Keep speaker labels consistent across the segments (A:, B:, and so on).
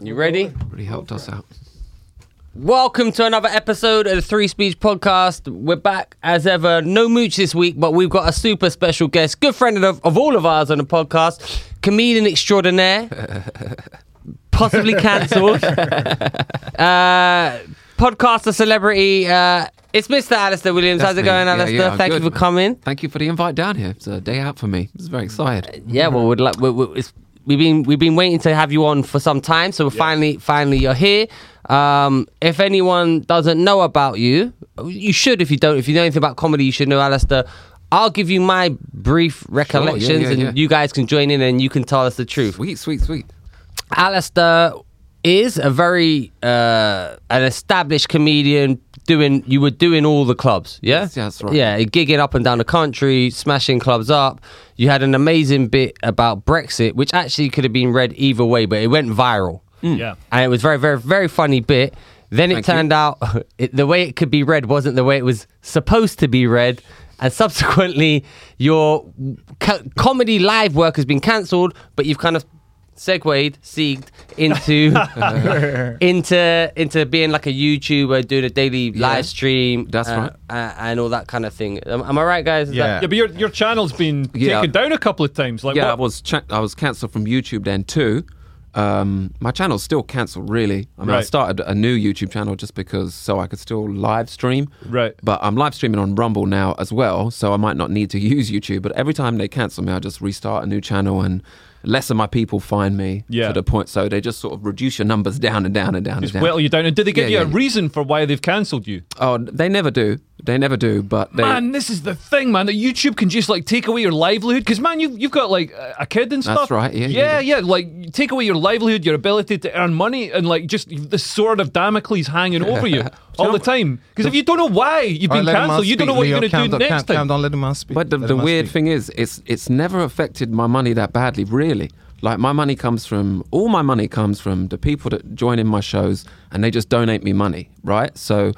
A: You ready?
B: Really helped us out.
A: Welcome to another episode of the Three Speech Podcast. We're back as ever. No mooch this week, but we've got a super special guest, good friend of, of all of ours on the podcast, comedian extraordinaire, possibly cancelled, uh, podcaster celebrity. Uh, it's Mr. Alistair Williams.
B: That's
A: How's it
B: me.
A: going,
B: Yeah,
A: Alistair?
B: yeah, I'm
A: Thank you
B: good.
A: for coming.
B: Thank you for the invite down here. It's a day out for me. It's very excited.
A: Yeah, well, we'd like, we, we, it's, we've been we've been waiting to have you on for some time, so finally finally you're here. Um, if anyone doesn't know about you, you should. If you don't, if you know anything about comedy, you should know Alistair. I'll give you my brief recollections,
B: yeah,
A: and
B: yeah.
A: you guys can join in and you can tell us the truth.
B: Sweet, sweet, sweet.
A: Alistair is a very uh, an established comedian. Doing you were doing all the clubs, yeah,
B: Yes, yeah, that's right.
A: Yeah, gigging up and down the country, smashing clubs up. You had an amazing bit about Brexit, which actually could have been read either way, but it went viral,
C: Yeah.
A: and it was very, very, very funny bit. Then it
B: Mm. Thank you.
A: turned out it, the way it could be read wasn't the way it was supposed to be read, and subsequently your co- comedy live work has been cancelled, but you've kind of segued, seeked into into into being like a YouTuber, doing a daily live stream.
B: that's
A: uh,
B: right.
A: uh, and all that kind of thing. Am, am I right, guys? Is
D: Yeah.
A: that-
C: Yeah, but your your channel's been
B: Yeah.
C: taken down a couple of times. Like,
B: yeah, I
C: what-
B: was cha- I was cancelled from YouTube then too. Um, my channel's still cancelled, really. I mean, I
C: Right.
B: started a new YouTube channel just because so I could still live stream.
C: Right.
B: But I'm live streaming on Rumble now as well, so I might not need to use YouTube. But every time they cancel me, I just restart a new channel and less of my people find me
C: Yeah.
B: to the point. So they just sort of reduce your numbers down and down and down
C: just
B: and down.
C: whittle you down. And did they give
B: Yeah,
C: you
B: yeah.
C: a reason for why they've cancelled you?
B: oh, they never do. They never do. But they,
C: Man, this is the thing, man. That YouTube can just like take away your livelihood because man, you've you've got like a a kid and
B: That's
C: stuff.
B: right, yeah, yeah,
C: yeah, yeah. Like take away your livelihood, your ability to earn money, and like just the sword of Damocles hanging over you all the time. Because if you don't know why you've
D: All right,
C: been
D: let him
C: cancelled, you
D: speak,
C: don't know what
D: Leo.
C: you're
D: Calm
C: going to do
D: down,
C: next
D: calm, Calm
C: time.
D: down, let him speak.
B: But the,
D: Let
B: the
D: him
B: weird
D: speak.
B: thing is, it's it's never affected my money that badly, really. Like my money comes from all my money comes from the people that join in my shows and they just donate me money, right? So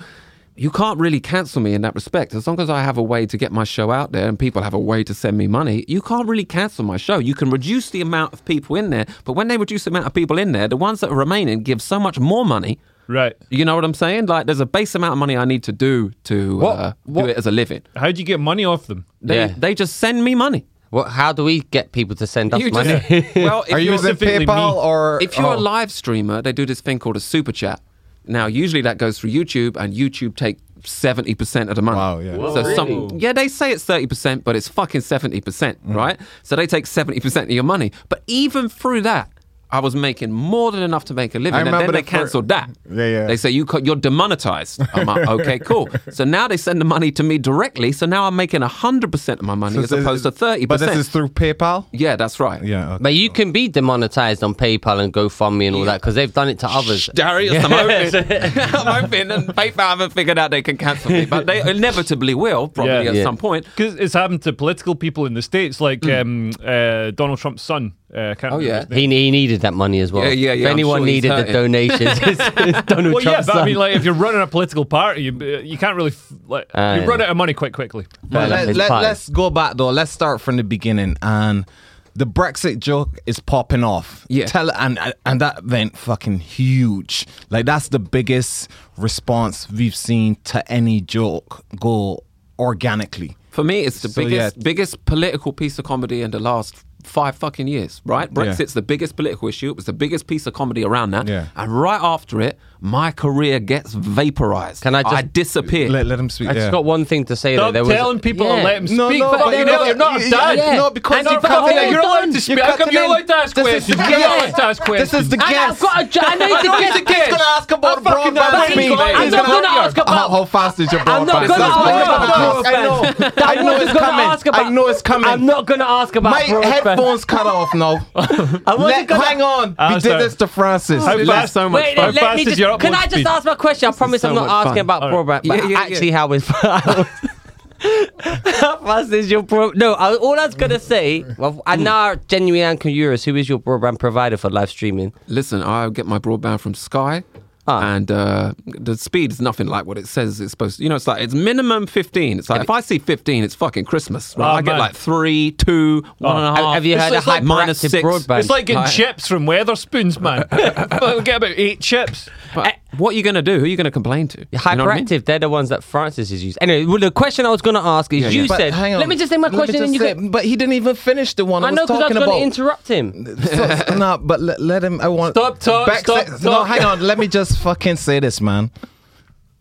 B: you can't really cancel me in that respect. As long as I have a way to get my show out there and people have a way to send me money, you can't really cancel my show. You can reduce the amount of people in there, but when they reduce the amount of people in there, the ones that are remaining give so much more money.
C: Right?
B: You know what I'm saying? Like there's a base amount of money I need to do to
A: What-
B: uh,
A: what-
B: do it as a living.
C: How do you get money off them?
B: They,
A: Yeah.
B: they just send me money.
A: What, how do we get people to send us
B: You
A: money?
B: just- well, if
D: Are you
B: you're,
D: using
C: specifically
D: PayPal
C: me.
D: or.
B: if you're
D: oh,
B: a live streamer, they do this thing called a super chat. Now, usually that goes through YouTube, and YouTube take seventy percent of the money.
D: Wow, yeah. Whoa,
B: so some,
C: really?
B: yeah, they say it's thirty percent, but it's fucking seventy percent,
D: Mm.
B: right? So they take seventy percent of your money. But even through that. I was making more than enough to make a living, and then
D: remember
B: they
D: the fir-
B: cancelled that.
D: Yeah, yeah.
B: They say you co- you're demonetized. I'm like, okay, cool. So now they send the money to me directly. So now I'm making hundred percent of my money
D: so
B: as
D: this is-
B: opposed to thirty
D: But this is
B: percent.
D: through PayPal?
B: Yeah, that's right.
D: Yeah. okay.
A: But you can be demonetized on PayPal and GoFundMe and all that because they've done it to others.
B: Darius, I'm hoping. I'm hoping, and PayPal haven't figured out they can cancel me, but they inevitably will probably
C: Yeah.
B: at
A: Yeah.
B: some point.
C: Because it's happened to political people in the states, like
A: Hmm.
C: um, uh, Donald Trump's son. Uh, I can't
B: Oh,
C: remember
B: yeah.
C: his name.
A: He, he needed that money as well.
B: Yeah, yeah,
A: If
B: yeah, I'm
A: anyone
B: sure he's
A: needed the
B: hurting.
A: donations, it's, it's Donald
C: Well, yeah,
A: Trump's
C: but I
A: son.
C: mean, like, if you're running a political party, you, uh, you can't really f- like
A: Ah,
C: you
A: yeah.
C: run out of money quite quickly.
A: Fair
D: But
A: enough,
D: let,
A: it's
D: let,
A: fine.
D: let's go back though. Let's start from the beginning. And the Brexit joke is popping off.
B: Yeah.
D: Tell and and that went fucking huge. Like that's the biggest response we've seen to any joke go organically.
B: For me, it's the
D: So,
B: biggest
D: yeah.
B: biggest political piece of comedy in the last five fucking years, right? Brexit's the biggest political issue. It was the biggest piece of comedy around that.
D: Yeah.
B: And right after it, my career gets vaporized.
A: Can I just-
B: I disappear.
D: Let, let him speak.
A: I just
D: yeah.
A: got one thing to say. though.
C: Stop
A: There was-
C: telling people
A: Yeah.
C: to let him
D: No,
C: speak.
D: no,
C: Fuck,
D: but
C: you
D: you
C: know,
D: know,
C: you're not a
D: you-
C: dad.
D: yeah.
C: No,
D: No, because
C: and you're,
D: you're cutting in.
C: you're allowed to
A: You're
C: speak. How come
D: cutting
C: you're
D: in.
C: allowed to ask
D: This is
C: questions?
D: the
C: You're
D: guest.
C: allowed to ask questions.
D: This is the
A: And I've
D: guest.
A: got a jo- I need to get
C: he's a guest.
D: He's gonna ask
C: I
D: about
C: fucking know
D: broadband
C: he's
D: speed.
C: gonna-
D: He's
C: I'm not
A: gonna ask about-
D: How, how fast is your broadband?
A: I'm not
B: gonna
D: That's what
B: ask
D: I'm
B: about
D: gonna ask.
A: broadband.
D: I know. I know
A: wasn't
D: it's
A: gonna
D: coming.
A: ask about-
D: I know it's coming.
A: I'm not going to ask about
D: My
A: broadband.
D: headphones cut off now.
A: I wasn't
D: Let-
A: gonna-
D: hang on.
C: Ah,
D: we did
C: sorry.
D: this to Francis.
C: How
D: Let-
C: fast-
B: so much
A: Wait,
B: fun.
C: How
A: let
C: fast
A: me
C: is
A: just.
C: your upload
A: Can I just
C: speed?
A: ask my question? I promise
B: so
A: I'm not
B: much
A: asking
B: fun.
A: about
B: All
A: broadband,
B: Yeah,
A: but
B: yeah,
A: actually,
B: yeah.
A: how is how fast is your bro? No, I, all I was gonna say. Well, I know genuine Anchor Euros. Who is your broadband provider for live streaming?
B: Listen, I get my broadband from Sky.
A: Ah.
B: And uh, the speed is nothing like what it says it's supposed to. You know, it's like it's minimum 15. It's like if I see 15, it's fucking Christmas. Right?
C: Oh,
B: I get
C: man.
B: like three, two, one and a half.
A: Oh. Have, have you
C: It's-
A: heard of
C: it's like
A: hyperactive
B: minus six.
A: broadband?
C: It's like getting
B: Right.
C: chips from Weatherspoons, man. Well, get about eight chips.
B: But what are you going to do? Who are you going to complain to?
A: Hyperactive,
B: You know what I mean?
A: they're the ones that Francis is used. Anyway, well, the question I was going to ask is you
D: But
A: said,
D: hang on.
A: let me just say my
D: Let me
A: question
D: just
A: and you
D: say-
A: go,
D: But he didn't even finish the one I,
A: I know
D: was
A: because I was
D: talking
A: going to interrupt
D: about.
A: him.
D: So- no, but let, let him. I want
C: Stop talk, stop
D: No,
C: talk.
D: hang on. Let me just fucking say this, man.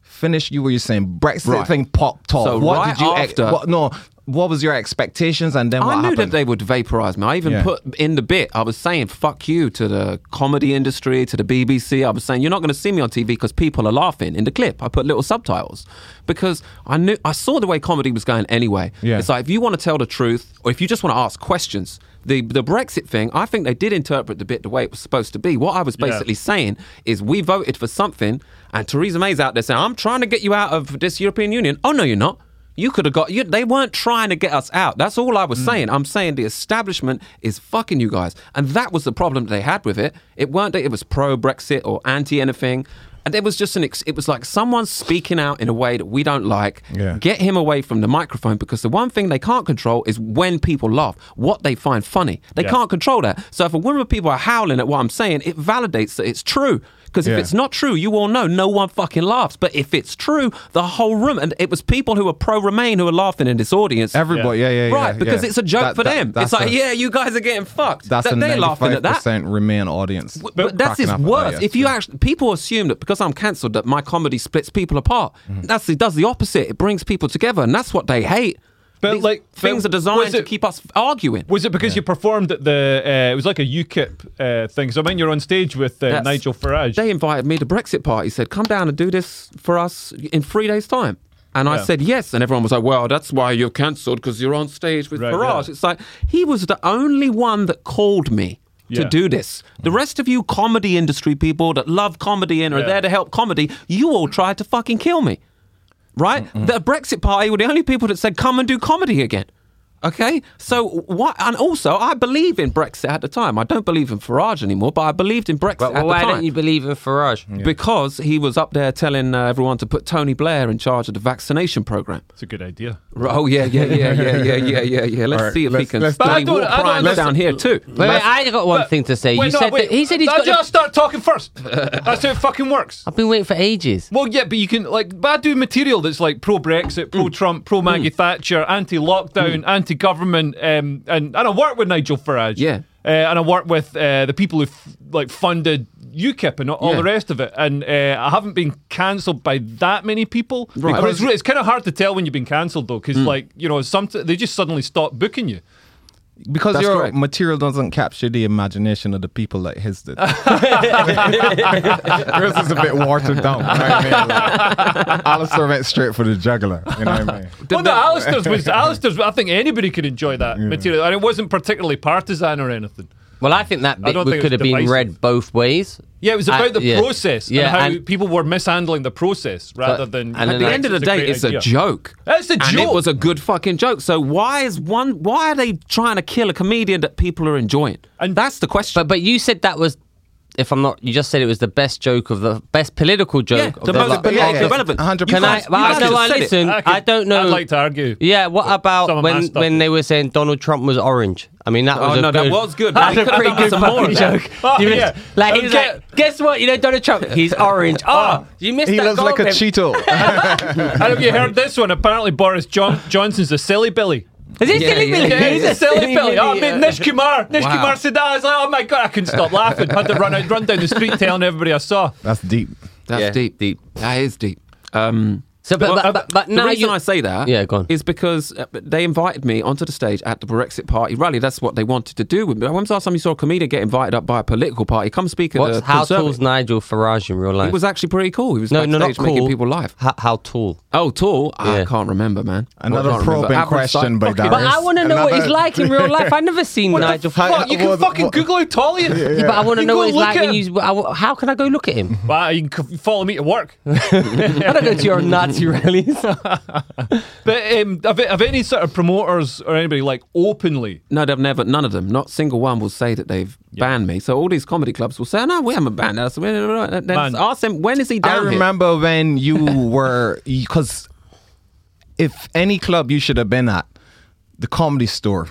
D: Finish you what you're saying. Brexit
B: Right.
D: thing popped off.
B: So
D: what
B: right
D: did you? ex-
B: after-
D: what, no. What was your expectations and then what
B: I knew that
D: happened?
B: they would vaporize me. I even
D: Yeah.
B: put in the bit, I was saying, fuck you to the comedy industry, to the BBC. I was saying, you're not going to see me on TV because people are laughing in the clip. I put little subtitles because I knew, I saw the way comedy was going anyway.
D: Yeah.
B: It's like, if you want to tell the truth or if you just want to ask questions, the, the Brexit thing, I think they did interpret the bit the way it was supposed to be. What I was
C: Yeah.
B: basically saying is we voted for something, and Theresa May's out there saying, I'm trying to get you out of this European Union. Oh, no, you're not. You could have got you. They weren't trying to get us out. That's all I was saying. I'm saying the establishment is fucking you guys, and that was the problem they had with it. It weren't that it was pro Brexit or anti anything, and it was just an. Ex- it was like someone speaking out in a way that we don't like.
D: Yeah.
B: Get him away from the microphone because the one thing they can't control is when people laugh, what they find funny. They
C: Yeah.
B: can't control that. So if a room of people are howling at what I'm saying, it validates that it's true. Because if
D: Yeah.
B: it's not true, you all know no one fucking laughs. But if it's true, the whole room, and it was people who were pro Remain who were laughing in this audience.
D: Everybody, yeah, yeah, yeah
B: right, because
D: yeah.
B: it's a joke
D: That-
B: for
D: that-
B: them.
D: that's
B: It's like,
D: a-
B: yeah, you guys are getting fucked.
D: That's
B: that
D: a
B: they're laughing at that.
D: percent remain audience.
B: But that's
D: Cracking
B: his
D: up at that,
B: worst.
D: yeah.
B: If you actually, people assume that because I'm cancelled that my comedy splits people apart.
D: Mm-hmm.
B: That's it does the opposite. It brings people together, and that's what they hate.
C: But,
B: These
C: like,
B: things
C: but
B: are designed
C: was
B: to
C: it-
B: keep us arguing.
C: Was it because you performed at the? Uh, it was like a UKIP uh, thing. So when you're on stage with uh,
B: That's-
C: Nigel Farage,
B: They invited me to Brexit party. Said, "Come down and do this for us in three days' time." And I
C: Yeah.
B: said yes, and everyone was like, "Well, that's why you're cancelled because you're on stage with
C: Right,
B: Farage."
C: yeah.
B: It's like he was the only one that called me to
C: Yeah.
B: do this. The rest of you comedy industry people that love comedy and are
C: Yeah.
B: there to help comedy, you all tried to fucking kill me. right? The Brexit Party were the only people that said, "Come and do comedy again." Okay, so what? And also, I believe in Brexit at the time. I don't believe in Farage anymore, but I believed in Brexit
A: But
B: at the
A: why
B: time
A: don't you believe in Farage?
B: because he was up there telling uh, everyone to put Tony Blair in charge of the vaccination program.
C: it's a good idea.
B: Oh yeah, yeah, yeah, yeah, yeah, yeah, yeah, yeah. Let's
D: All right,
B: see if he
D: let's-
B: can
D: let's-
B: stop
C: But I
B: Lee
C: don't-
B: War
C: I don't
B: crimes
C: understand-
B: down here too.
A: Wait, wait, I got one thing to say.
C: Wait,
A: you
C: no,
A: said
C: wait.
A: that, he said he's
C: I
A: got.
C: just start talking first. That's how it fucking works.
A: I've been waiting for ages.
C: Well, yeah, but you can like, but I do material that's like pro
B: Mm.
C: Brexit, pro Trump, pro Maggie Thatcher, anti lockdown, anti government, um, and and I work with Nigel Farage.
B: Yeah.
C: Uh, and I work with uh, the people who f- like funded UKIP and all
B: Yeah.
C: the rest of it, and uh, I haven't been cancelled by that many people.
B: Right. Mm.
C: But it's, re- it's kind of hard to tell when you've been cancelled though, because like you know, some they just suddenly stop booking you.
D: because
B: That's
D: your
B: correct.
D: material doesn't capture the imagination of the people like his did. Chris is a bit watered down. You know what I mean? Like, Alistair went straight for the juggler. You know what I mean?
C: well, no, Alistair's was Alistair's. I think anybody could enjoy that material, and it wasn't particularly partisan or anything.
A: Well, I think that bit
C: don't
A: would-
C: think
A: could have
C: it's
A: been
C: divisive.
A: read both ways.
C: Yeah, it was
A: I-
C: about the
A: yeah.
C: process
A: Yeah,
C: and how
A: and-
C: people were mishandling the process rather than.
A: and
B: At
A: then
B: the
A: I-
B: end of the
C: Brexit's a
B: day,
C: great
B: it's a
C: idea.
B: joke.
C: It's a
B: And it
C: joke.
B: was a good fucking joke. So why is one? Why are they trying to kill a comedian that people are enjoying? And
C: And-
B: that's the question.
A: But but you said that was, if I'm not, you just said it was the best joke of the best political joke.
B: yeah,
A: of
B: the most
A: lot.
D: yeah, yeah.
B: politically relevant.
D: 100%.
B: You
A: Can I?
B: guys-
A: Well,
B: you
A: I
B: guys
A: don't
B: just
A: I
B: said it.
A: listen.
C: I
A: I,
C: could-
A: don't know.
C: I'd like to argue.
A: Yeah, what
C: some
A: about
C: of my
A: when
C: stuff.
A: when they were saying Donald Trump was orange? I mean, that
B: Oh,
A: was a
B: no, that
A: good,
B: was good, but
A: That's
B: he
A: a
B: could've
A: pretty
B: done
A: good
B: some more
A: fucking
B: of that.
A: joke.
C: Oh,
A: You missed-
C: yeah.
A: Like he was
C: Okay.
A: like, guess what? You know Donald Trump, he's orange. Oh, you missed
D: He
A: that
D: looks
A: goal,
D: like a
A: babe.
D: Cheeto.
C: And have you heard this one? Apparently, Boris John- Johnson's a silly Billy.
A: Is he
B: Yeah,
A: silly
B: yeah,
A: Billy?
B: yeah,
C: he's a silly Billy. Oh, I mean, Nish Kumar. Nish
B: Wow.
C: Kumar said that. I was like, oh my God, I couldn't stop laughing. Had to run out, run down the street telling everybody I saw.
D: That's deep.
B: That's
A: Yeah,
B: deep. Deep. That is deep. Um,
A: So, but, but, but, but
B: the
A: now
B: reason
A: you,
B: I say that
A: Yeah, go on.
B: is because uh, they invited me onto the stage at the Brexit Party rally. That's what they wanted to do with me. When was the last time you saw a comedian get invited up by a political party? Come speak at
A: what's
B: the
A: how
B: Conservative-
A: tall's Nigel Farage in real life?
B: He was actually pretty cool. He was
A: no, no, not
B: backstage
A: cool.
B: making people laugh.
A: How, how tall?
B: Oh, tall? I
A: Yeah.
B: can't remember, man.
D: Another
B: I can't remember.
D: probing
B: Average
D: question
B: size.
D: by
B: Fucking-
A: But
D: Darius.
A: I want to know what he's
D: Another-
A: like in real life. I've never seen Nigel. Farage.
C: Fuck, you can
D: what-
C: fucking
D: what-
C: Google how tall he is.
A: Yeah, but I want to
C: You
A: know
C: go
A: what he's
C: look
A: like
C: at
A: when
C: him.
A: you. I- How can I go look at him?
C: Wow, you can c- follow me to work.
A: I don't go to your nuts charity rallies.
C: But um, have, have any sort of promoters or anybody like openly?
B: No, they've never. None of them. Not single one will say that they've banned me. So all these comedy clubs will say, "Oh, "No, we haven't banned us." We- Then
C: Man.
B: ask them when is he
D: I
B: down here?
D: remember when you were because if any club you should have been at, the comedy store.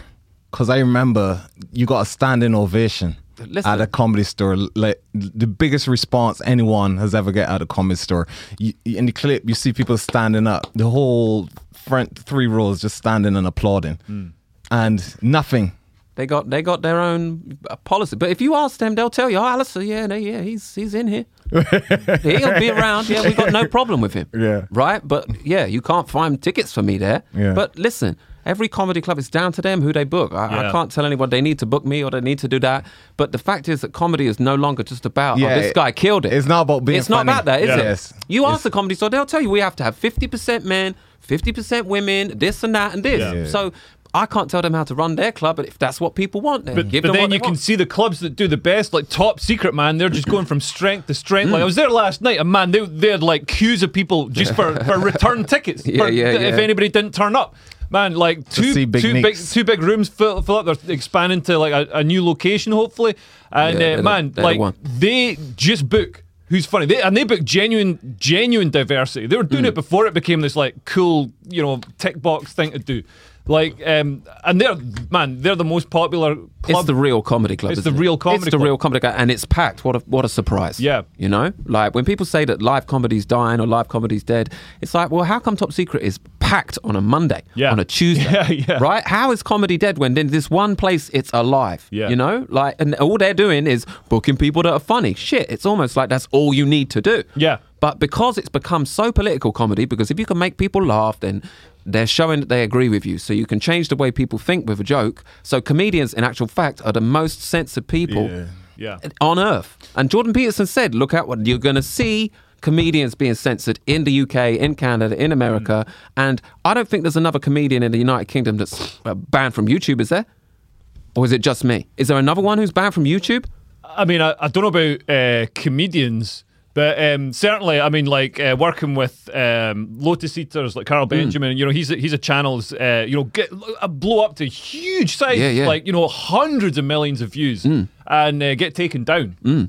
D: Because I remember you got a standing ovation
B: Listen.
D: at a comedy store, like the biggest response anyone has ever get at a comedy store. You, in the clip, you see people standing up, the whole front three rows just standing and applauding,
B: Hmm.
D: and nothing.
B: They got they got their own uh, policy. But if you ask them, they'll tell you, "Oh, Alistair, yeah, no, yeah, he's he's in here. He'll be around. Yeah, we got no problem with him.
D: Yeah.
B: right. But yeah, you can't find tickets for me there.
D: Yeah.
B: But listen, every comedy club is down to them who they book. I, I
C: Yeah.
B: can't tell anyone they need to book me or they need to do that. But the fact is that comedy is no longer just about
D: Yeah,
B: oh, this
D: it-
B: guy killed it.
D: it's not about being
B: It's not
D: funny.
B: about that, is
C: Yeah.
B: it?
D: Yes.
B: You ask the comedy store, they'll tell you we have to have fifty percent men, fifty percent women, this and that and this.
C: Yeah.
D: Yeah.
B: So I can't tell them how to run their club, but if that's what people want, then
C: But,
B: give
C: but
B: them
C: then
B: what
C: you
B: they
C: can
B: want.
C: see the clubs that do the best, like Top Secret, man. They're just going from strength to strength.
B: Mm.
C: Like I was there last night, and man, they, they had like queues of people just for, for return tickets.
B: Yeah,
C: for-
B: yeah,
C: If
B: yeah.
C: anybody didn't turn up, man, like two
D: see Big
C: two big
D: Nicks.
C: two big rooms fill, fill up. They're expanding to like a, a new location, hopefully. And
B: Yeah, they're
C: uh,
B: the-
C: man,
B: they're the
C: like
B: one.
C: they just book who's funny they, and they book genuine genuine diversity they were
B: Hmm.
C: doing it before it became this like cool you know tick box thing to do like um and they're man they're the most popular club
B: It's the real comedy club.
C: It's
B: isn't
C: the
B: it?
C: real comedy
B: It's the
C: club.
B: real comedy club, and it's packed. What a what a surprise.
C: Yeah.
B: you know, like when people say that live comedy's dying or live comedy's dead, it's like, well, how come Top Secret is packed on a Monday,
C: Yeah.
B: on a Tuesday,
C: Yeah, yeah.
B: right? How is comedy dead when in this one place it's alive?
C: Yeah.
B: you know, like, and all they're doing is booking people that are funny. Shit, it's almost like that's all you need to do.
C: Yeah.
B: But because it's become so political comedy, because if you can make people laugh, then they're showing that they agree with you. So you can change the way people think with a joke. So comedians, in actual fact, are the most censored people
C: yeah
B: on earth. And Jordan Peterson said, look at what you're going to see comedians being censored in the UK, in Canada, in America.
C: Mm.
B: And I don't think there's another comedian in the United Kingdom that's uh, banned from YouTube, is there? Or is it just me? Is there another one who's banned from YouTube?
C: I mean, I, I don't know about uh, comedians, but um, certainly, I mean, like uh, working with um, Lotus Eaters, like
B: Hmm.
C: Carl Benjamin, you know, he's a, he's a channel's, uh, you know, get uh, blow up to huge size,
B: Yeah, yeah.
C: like you know, hundreds of millions of views, and uh, get taken down.
B: Hmm.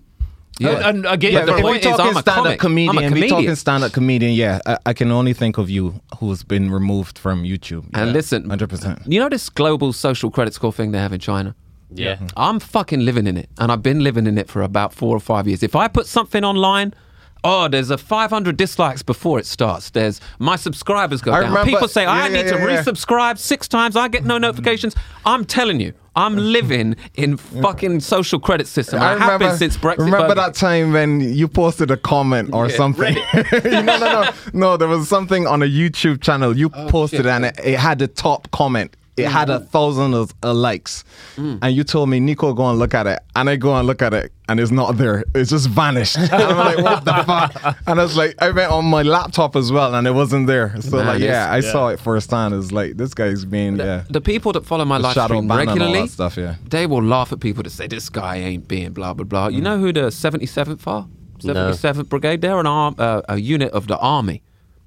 B: Yeah.
C: And, and again,
D: Yeah,
C: for
D: but if
B: point
D: we're
C: like,
B: is, I'm
D: talking
B: a
D: stand-up
B: comic. I'm a
D: comedian, we're talking
B: comedian.
D: stand-up comedian. Yeah, I, I can only think of you who's been removed from YouTube.
B: And
D: Yeah,
B: listen,
D: hundred percent.
B: You know this global social credit score thing they have in China?
A: Yeah.
B: I'm fucking living in it, and I've been living in it for about four or five years. If I put something online, oh, there's a 500 dislikes before it starts. There's my subscribers go
D: I
B: down.
D: remember-
B: People say I
D: yeah,
B: need
D: yeah,
B: to
D: yeah, yeah.
B: resubscribe six times. I get no notifications. I'm telling you, I'm living in fucking social credit system. I, have been since Brexit.
D: Remember
B: voted.
D: that time when you posted a comment or something? no, no, no, no. There was something on a YouTube channel you
B: Oh,
D: posted, and it, it had the top comment. It had
B: Mm.
D: a thousand of, uh, likes, and you told me, Nico, go and look at it. And I go and look at it, and it's not there. It's just vanished. And I'm like, what the fuck? And I was like, I went on my laptop as well, and it wasn't there. So
B: Man,
D: like,
B: it's-
D: yeah, I saw it first time. It's like this guy's being yeah.
B: the people that follow my live
D: shadow
B: stream
D: ban and all
B: regularly,
D: that stuff, yeah.
B: they will laugh at people that say this guy ain't being blah blah blah. You
D: Mm.
B: know who the 77th are? 77th Brigade. They're an arm, uh, a unit of the army,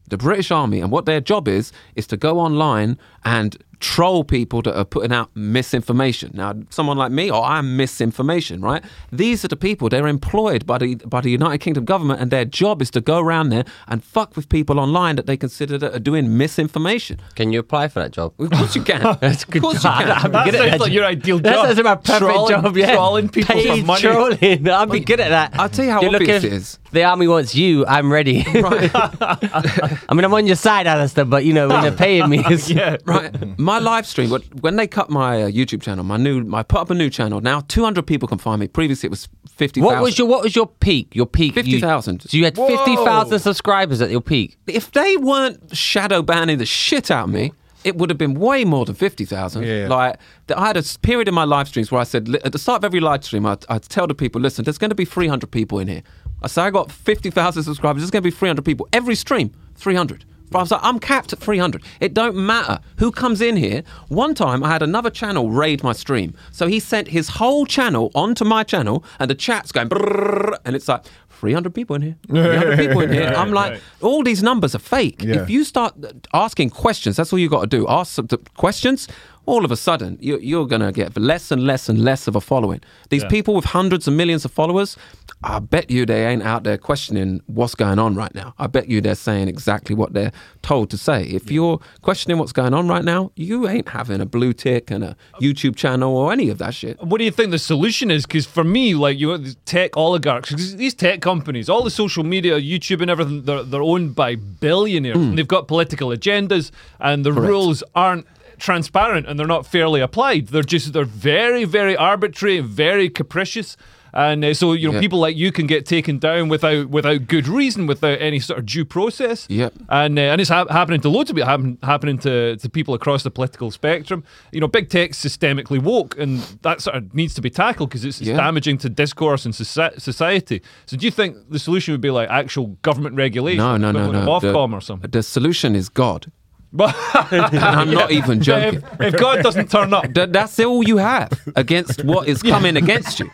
B: the British Army, and what their job is is to go online and troll people that are putting out misinformation. Now, someone like me, or I'm misinformation, right? These are the people. They're employed by the by the United Kingdom government, and their job is to go around there and fuck with people online that they consider that are doing misinformation.
A: Can you apply for that job?
B: Of course you can.
A: That's a good
B: Of course
A: job.
B: you can.
A: I'd be
C: That
A: good at
C: sounds like your ideal
A: That
C: job.
A: sounds like my perfect
C: Trolling-
A: job. Yeah,
C: trolling people for
A: Paid
C: money.
A: Trolling. I'd be good at that.
B: I'll tell you how
A: You're
B: obvious
A: looking-
B: it is.
A: The army wants you. I'm ready. I mean, I'm on your side, Alistair, but you know when they're paying me, it's,
C: Oh. yeah,
B: right. My live stream, what- when they cut my uh, YouTube channel, my new, I put up a new channel. Now 200 people can find me. Previously it was 50,000.
A: What was your What was your peak? Your peak? you-
B: 50,000.
A: So you had
C: Whoa.
A: fifty thousand subscribers at your peak.
B: If they weren't shadow banning the shit out of me, it would have been way more than 50,000.
D: Yeah.
B: Like, th- I had a s- period in my live streams where I said, li- at the start of every live stream, I'd, I'd tell the people, listen, there's going to be 300 people in here. I said, I got 50,000 subscribers, there's going to be 300 people. Every stream, 300. I was like, I'm capped at 300. It don't matter who comes in here. One time I had another channel raid my stream. So he sent his whole channel onto my channel and the chat's going brrrr, and it's like 300 people in here. 300 people in here. I'm like,
C: right.
B: all these numbers are fake.
D: Yeah.
B: If you start asking questions, that's all you got to do. Ask some t- questions. All of a sudden, you, you're going to get less and less and less of a following. These people with hundreds and millions of followers, I bet you they ain't out there questioning what's going on right now. I bet you they're saying exactly what they're told to say. If you're questioning what's going on right now, you ain't having a blue tick and a
C: Oh.
B: YouTube channel or any of that shit.
C: What do you think the solution is? Because for me, like you got these tech oligarchs, 'cause these tech companies, all the social media, YouTube, and everything, they're, they're owned by billionaires, and they've got political agendas, and the rules aren't transparent and they're not fairly applied. They're just they're very, very arbitrary, very capricious. And uh, so you know,
B: Yeah.
C: people like you can get taken down without without good reason, without any sort of due process.
B: Yep.
C: and uh, and it's hap happening to loads of people, happen- happening to, to people across the political spectrum. You know, big tech's systemically woke, and that sort of needs to be tackled because it's, it's
B: Yeah.
C: damaging to discourse and soci- society. So, do you think the solution would be like actual government regulation?
B: No, no, no,
C: equivalent
B: no.
C: of Ofcom
B: The-
C: or something.
B: The solution is God.
C: But
B: And I'm not even joking.
C: if, if God doesn't turn up,
B: Th- that's all you have against what is coming against you.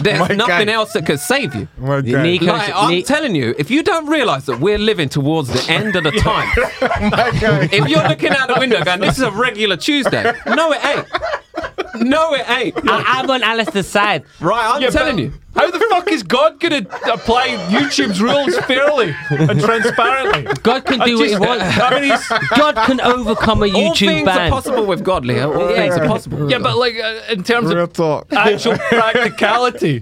B: There's
D: My
B: nothing
D: guy.
B: else that could save you.
D: My
A: You
D: God.
A: need-
B: Like, I'm
A: Nick-
B: telling you, if you don't realize that we're living towards the end of the time,
D: My God.
B: if you're looking out the window going, this is a regular Tuesday, no, it ain't. No, it ain't.
A: I, I'm on Alistair's side.
B: Right, I'm
C: Yeah,
B: telling
C: but
B: you.
C: How the fuck is God going to apply YouTube's rules fairly and transparently?
A: God can
C: I
A: do what he
C: just-
A: wants.
C: I mean, he's,
A: God can overcome a
B: all things
A: YouTube
B: are
A: ban.
B: possible with God, Leo. All things are possible. with
C: yeah,
B: God.
C: but like uh, in terms
D: Real
C: of
D: talk. Uh,
C: actual practicality.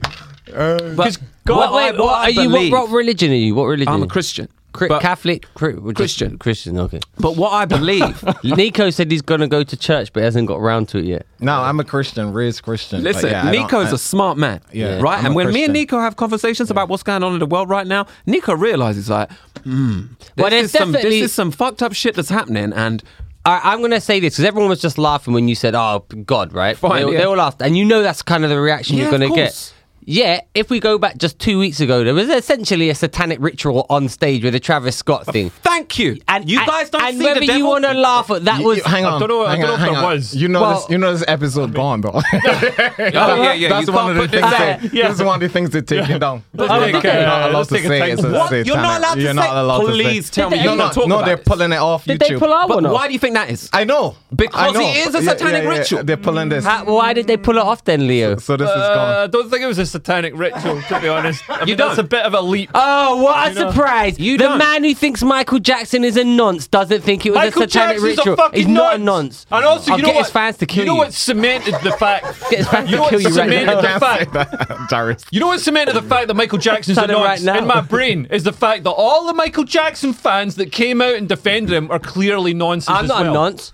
C: Because
A: What,
C: God,
A: wait,
B: I-
A: what
B: what I
A: are you? What,
B: believe-
A: what religion are you? What religion?
B: I'm
A: are
B: a
A: you?
B: Christian.
A: Cri-
B: but,
A: Catholic, Cri- we're just-
B: Christian.
A: Christian. Okay.
B: but what I believe
A: Nico said he's gonna go to church, but he hasn't got round to it yet.
D: No, I'm a Christian, raised Christian. but
B: Listen,
D: yeah, I don't-
B: Nico's
D: I-
B: a smart man,
D: Yeah,
B: right?
D: I'm
B: and
D: a
B: when me and
D: Christian.
B: Nico have conversations about what's going on in the world right now, Nico realizes like, hmm,
A: Well,
B: this
A: there's
B: is some this
A: definitely-
B: is some fucked up shit that's happening, and
A: I, I'm gonna say this because everyone was just laughing when you said, "Oh God," right?
B: Fine,
A: they, all-
B: yeah.
A: they all laughed, and you know that's kind of the reaction
B: Yeah,
A: you're
B: of
A: gonna
B: course.
A: get. Yeah, if we go back just two weeks ago, there was essentially a satanic ritual on stage with a Travis Scott thing.
B: thank you.
A: And
B: you guys don't
A: and
B: see
A: whether
B: the
A: you
B: devil.
A: want to laugh at that
D: You-
A: was
D: you- hang
C: I
D: on.
C: don't know- I
D: hang
C: don't know
D: on,
C: if
D: hang
C: that
D: on.
C: was-
D: You know,
A: Well-
D: this, you know this episode gone though.
B: Oh, yeah, yeah.
D: That's
B: you
D: one
B: can't
D: of the
B: put
D: things.
B: this-
D: That,
C: yeah.
D: This is one of the things they're taking down. You're
C: take,
D: not,
C: uh,
D: you're not allowed
C: let's
D: to
C: take a
D: say
C: take-
D: it's a
C: What?
D: satanic.
B: You're not allowed to
D: You're not
B: say-
D: allowed to say-
B: Please tell me
A: you
D: No,
A: don't
D: no,
B: talk
D: no.
B: about
D: They're
B: this.
D: pulling it off
A: Did
D: YouTube.
A: they pull out or
B: But
A: not?
B: why do you think that is?
D: I know
B: Because
D: I know.
B: it is a
D: Yeah, yeah,
B: satanic
D: yeah,
B: ritual.
D: They're pulling this.
A: How- why did they pull it off then, Leo?
D: So this is
C: Uh, I
D: gone.
C: don't think it was a satanic ritual, to be honest. I mean,
B: don't?
C: That's a bit of a leap.
A: Oh, what a
C: know-
A: surprise!
B: You
A: the
B: don't.
A: man who thinks Michael Jackson is a nonce doesn't think it was
C: Michael
A: a satanic
C: Jackson's
A: ritual.
C: a fucking
A: He's not a nonce.
C: And also,
A: I'll
C: you know
A: get
C: what?
A: his fans to kill
C: you know what cemented the fact?
A: Get his fans
C: you
A: to
C: know
A: kill
C: what
A: you right
C: cemented
A: now.
C: the fact?
D: Darius.
C: You know what cemented the fact that Michael Jackson's a
A: Tell him right
C: nonce
A: now.
C: in my brain is the fact that all the Michael Jackson fans that came out and defended him are clearly nonsense.
A: I'm
C: as
A: not
C: well.
A: a nonce. Hmm.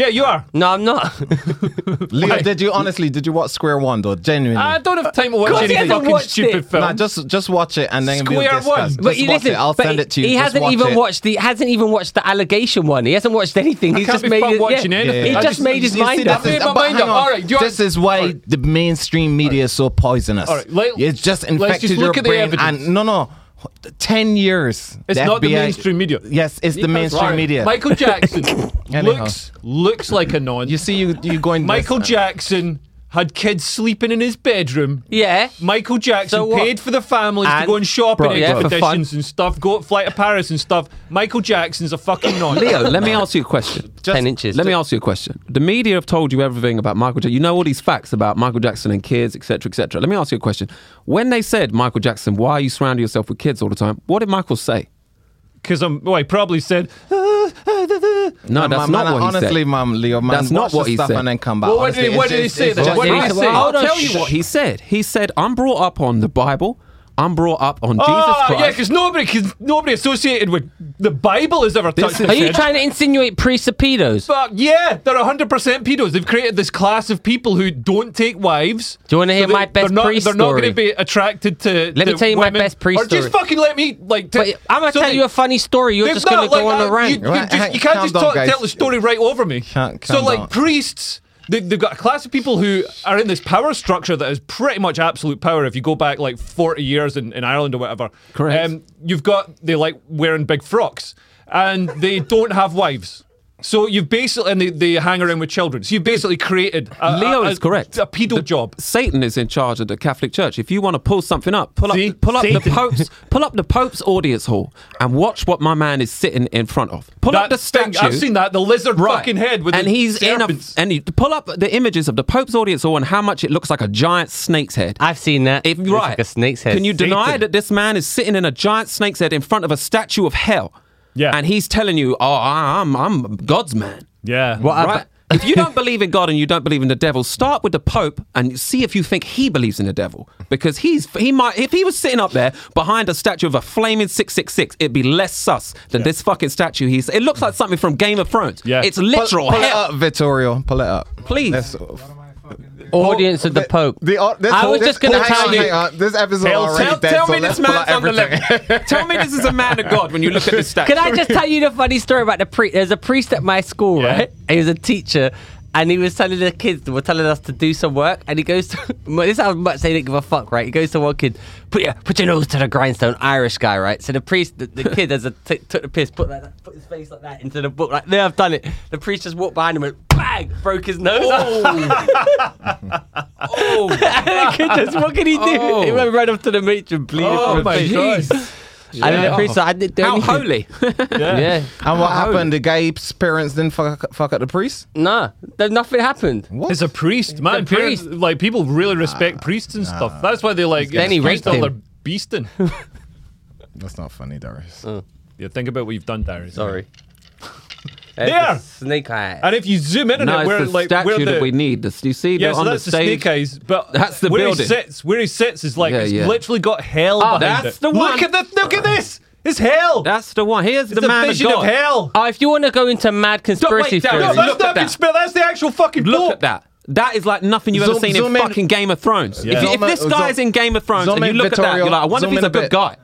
C: Yeah, you are.
A: No, I'm not.
D: Leo, did you honestly? Did you watch Square One though? Genuinely.
C: I don't have time to watch
A: Course he
C: any
A: hasn't
C: fucking
A: watched
C: stupid
A: it.
C: film.
D: Nah, just just watch it and then
C: Square
D: we'll
C: One.
D: discuss.
A: But
D: Just
A: you
D: watch
A: listen,
D: it. I'll
A: but
D: send it to you.
A: He
D: Just
A: hasn't
D: watch
A: even
D: it.
A: watched the he hasn't even watched the allegation one. He hasn't watched anything. He's
C: can't
A: just
C: be
A: made
C: fun
A: his,
C: watching
A: yeah.
C: anything.
A: He
C: I
A: just,
C: just-
A: made his
D: You see,
A: mind
D: this
A: up.
C: I've
D: is-
C: made my
D: but
C: mind
D: hang
C: up.
D: on.
C: All right, do you-
D: this is why
C: All right.
D: the mainstream media is so poisonous.
C: All right, let-
D: it's just infected
C: let's just
D: your
C: look at the
D: brain.
C: evidence.
D: And no, no, ten years.
C: It's not the mainstream media.
D: Yes, it's the
B: Nico's
D: mainstream
B: right.
D: media.
C: Michael Jackson
D: Anyhow.
C: looks looks like a nonce.
D: you see, you you going.
C: Michael
D: this-
C: Jackson had kids sleeping in his bedroom.
A: Yeah.
C: Michael Jackson
A: So what?
C: paid for the families to
D: And-
C: go on shopping
A: Bro, yeah, for fun.
C: expeditions and stuff, go up flight to Paris and stuff. Michael Jackson's a fucking nonce.
B: Leo, let me ask you a question.
D: Just-
A: Ten inches.
B: Let me ask you a question. The media have told you everything about Michael Jackson. You know all these facts about Michael Jackson and kids, etc., etc. Let me ask you a question. When they said Michael Jackson, why are you surrounding yourself with kids all the time? What did Michael say?
C: Because I'm, well, he probably said, "Ah, ah, ah, ah."
B: No,
D: Nah,
B: that's
D: man,
B: not
D: I-
B: what he
D: honestly,
B: said.
D: mum, Leo, man,
B: That's not
D: watch the
B: what he
D: stuff
B: said.
D: And then come back.
C: Well, what did he-
D: Honestly,
C: what
D: it's
C: did he
D: just-
C: say
D: it's
C: then?
D: just-
C: What did he
D: it's-
C: say?
B: I'll
A: Hold on,
B: tell you
A: shh.
B: what he said. He said, "I'm brought up on the Bible. I'm brought up on Jesus
C: Ah,
B: Christ."
C: yeah, because nobody, cause nobody associated with the Bible has ever touched
B: is-
C: the
A: Are you
C: kid.
A: trying to insinuate priests are pedos?
C: Fuck yeah, they're 100% pedos. They've created this class of people who don't take wives.
A: Do you wanna hear
C: they-
A: my best
C: they're not,
A: priest
C: They're not
A: story?
C: going to be attracted to.
A: Let me
C: to
A: tell you my
C: women.
A: best priest
C: Or just
A: story.
C: fucking let me like. T-
A: But I'm gonna tell
C: Sorry.
A: you a funny story. You're
C: They've
A: just gonna
C: not,
A: go
C: like,
A: on
C: uh,
A: a rant.
C: You, you
D: Right,
C: just,
D: hang-
C: you can't
D: calm
C: just
D: down,
C: talk,
D: guys.
C: tell the story right over me.
D: Calm-
C: so,
D: calm
C: like
D: down.
C: priests, they, they've got a class of people who are in this power structure that is pretty much absolute power. If you go back like 40 years in, in Ireland or whatever, um,
B: Correct.
C: you've got they like wearing big frocks and they don't have wives. So you've basically and they, they hang around with children. So you've basically created a,
B: Leo
C: a-
B: is correct.
C: A pedo job.
B: Satan is in charge of the Catholic Church. If you want to pull something up, pull
C: See?
B: up, pull up the
C: Satan.
B: Pope's, pull up the Pope's audience hall and watch what my man is sitting in front of. Pull up the
C: That
B: statue.
C: thing- I've seen that the lizard fucking head with
B: and
C: the
B: he's
C: serpents.
B: in a and you pull up the images of the Pope's audience hall and how much it looks like a giant snake's head.
A: I've seen that.
B: If
A: It's
B: right,
A: like a snake's head.
B: Can you deny
C: Satan.
B: that this man is sitting in a giant snake's head in front of a statue of hell?
C: Yeah.
B: and he's telling you, "Oh, I- I'm I'm God's man."
C: yeah.
A: What I-
B: Right? if you don't believe in God and you don't believe in the devil, start with the Pope and see if you think he believes in the devil. Because he's he might if he was sitting up there behind a statue of a flaming six six six, it'd be less sus than this fucking statue. He's it looks like something from Game of Thrones.
C: Yeah.
B: it's
C: Pull-
B: literal
D: Pull it
B: hell.
D: up, Vittorio. Pull it up.
B: Please.
D: Let's-
A: Audience of the
D: Th-
A: Pope.
D: The, uh, this
A: I
D: whole-
A: was
D: this
A: just going to
D: whole-
A: tell
D: hang on, hang
A: you.
D: on. This episode's
C: Tell-
D: already
B: Tell,
D: dead,
B: tell
D: so
B: me
D: let's
B: this
D: pull out
B: man's on the
D: everything.
B: level. tell me this is a man of God when you look at this statue.
A: Can I just tell you the funny story about the priest? There's a priest at my school,
C: Yeah.
A: right? He was a teacher, and he was telling the kids, were telling us to do some work, and he goes to, this is how much they didn't give a fuck, right? He goes to one kid, put your, put your nose to the grindstone, Irish guy, right? So the priest, the, the kid as a t- took the piss, put, like that, put his face like that into the book, like, there, I've done it. The priest just walked behind him and bang, broke his nose.
B: oh,
A: and the kid just, what can he do?
B: Oh.
A: He went right up to the matron, bleeding
C: Oh
A: from
C: my
A: his face.
C: God.
A: And then
B: Yeah.
A: the priest, said, I didn't do
B: how
A: anything."
B: holy.
C: Yeah.
A: Yeah.
D: And what
B: How?
D: happened? The guy's parents didn't fuck, fuck up the priest?
A: Nah, there- nothing happened.
D: What?
C: It's a priest, man.
A: a priest.
C: Parents- like people really respect priests and stuff. That's why they like.
A: Then he
C: excuse
A: raped him.
C: all their beasting.
D: That's not funny, Darius.
A: Uh,
C: yeah, think about what you've done, Darius.
A: Sorry.
C: There!
A: Snake eye.
C: And if you zoom in on
B: no,
C: it,
B: it's
C: where
B: the
C: like
B: statue
C: where the,
B: that we need. The, you see,
C: Yeah,
B: the,
C: so
B: on
C: that's
B: the
C: the,
B: stage.
C: snake eyes, but
B: That's the
C: where
B: building.
C: he sits. Where he sits is like
B: Yeah,
C: it's
B: yeah.
C: literally got hell
B: Ah,
C: behind
B: that's
C: it.
B: the
C: Look
B: one.
C: at this! Look at this! It's hell.
B: That's the one. Here's
C: it's
B: the man
C: vision
B: of
C: of,
B: God.
C: hell.
A: oh, if you want to go into mad conspiracy
B: wait, Darren,
A: theories,
B: look
C: no, that's
B: at
C: not
B: that.
C: conspirator, That's the actual fucking
B: Look
C: book.
B: at that. That is like nothing you've ever
D: Zoom-
B: seen
D: zoom
B: in,
D: in.
B: fucking Game of Thrones.
C: Yeah.
B: If, if
D: Zoom in-
B: this guy's
D: zoom-
B: in Game of Thrones
D: zoom
B: and you
D: in,
B: look at that,
D: Vittorio.
B: you're like, I wonder
D: Zoom
B: if he's
D: in
B: a
D: a
B: good
D: bit.
B: guy.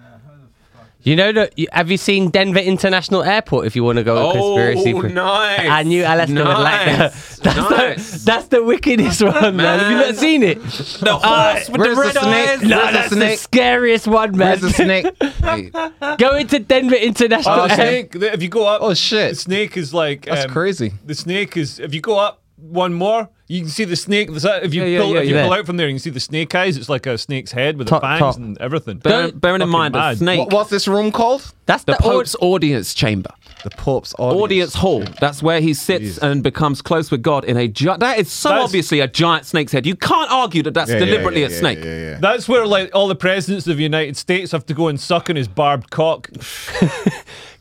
A: you know that. You, have you seen Denver International Airport? If you want to go a conspiracy,
B: Oh,
A: theory?
B: nice.
A: I knew Alaska would like that.
B: Nice.
A: That's,
B: Nice.
A: the, that's the wickedest one, man. Have you
B: Man.
A: not seen it?
B: The horse with the
D: Where's the
B: red
D: snake?
B: eyes.
A: No,
D: Where's the
A: that's the,
D: snake?
A: scariest one, man.
D: Where's the snake?
B: Hey,
A: go into Denver International
C: Oh, the
A: Airport.
C: snake. the- If you go up,
D: Oh, shit.
C: The snake is like
D: That's
C: um,
D: crazy.
C: The snake is. If you go up one more, you can see the snake. There's a- If you
B: Yeah, yeah,
C: pull,
B: yeah,
C: if you
A: yeah.
C: pull out from there, you can see the snake eyes. It's like a snake's head with
D: Top,
C: the fangs
D: top.
C: and everything.
B: bear- Bearing in
C: Fucking
B: mind, a
C: mad.
B: snake.
D: What, what's this room called?
A: That's
B: The
A: the, old.
B: Pope's audience chamber.
D: The Pope's audience.
B: Audience hall. That's where he sits and becomes close with God in a giant. That is so
C: That's-
B: obviously a giant snake's head. You can't argue that that's
D: Yeah, yeah,
B: deliberately
D: yeah,
B: a
D: yeah,
B: snake.
D: Yeah, yeah, yeah.
C: That's where like all the presidents of the United States have to go and suck in his barbed cock.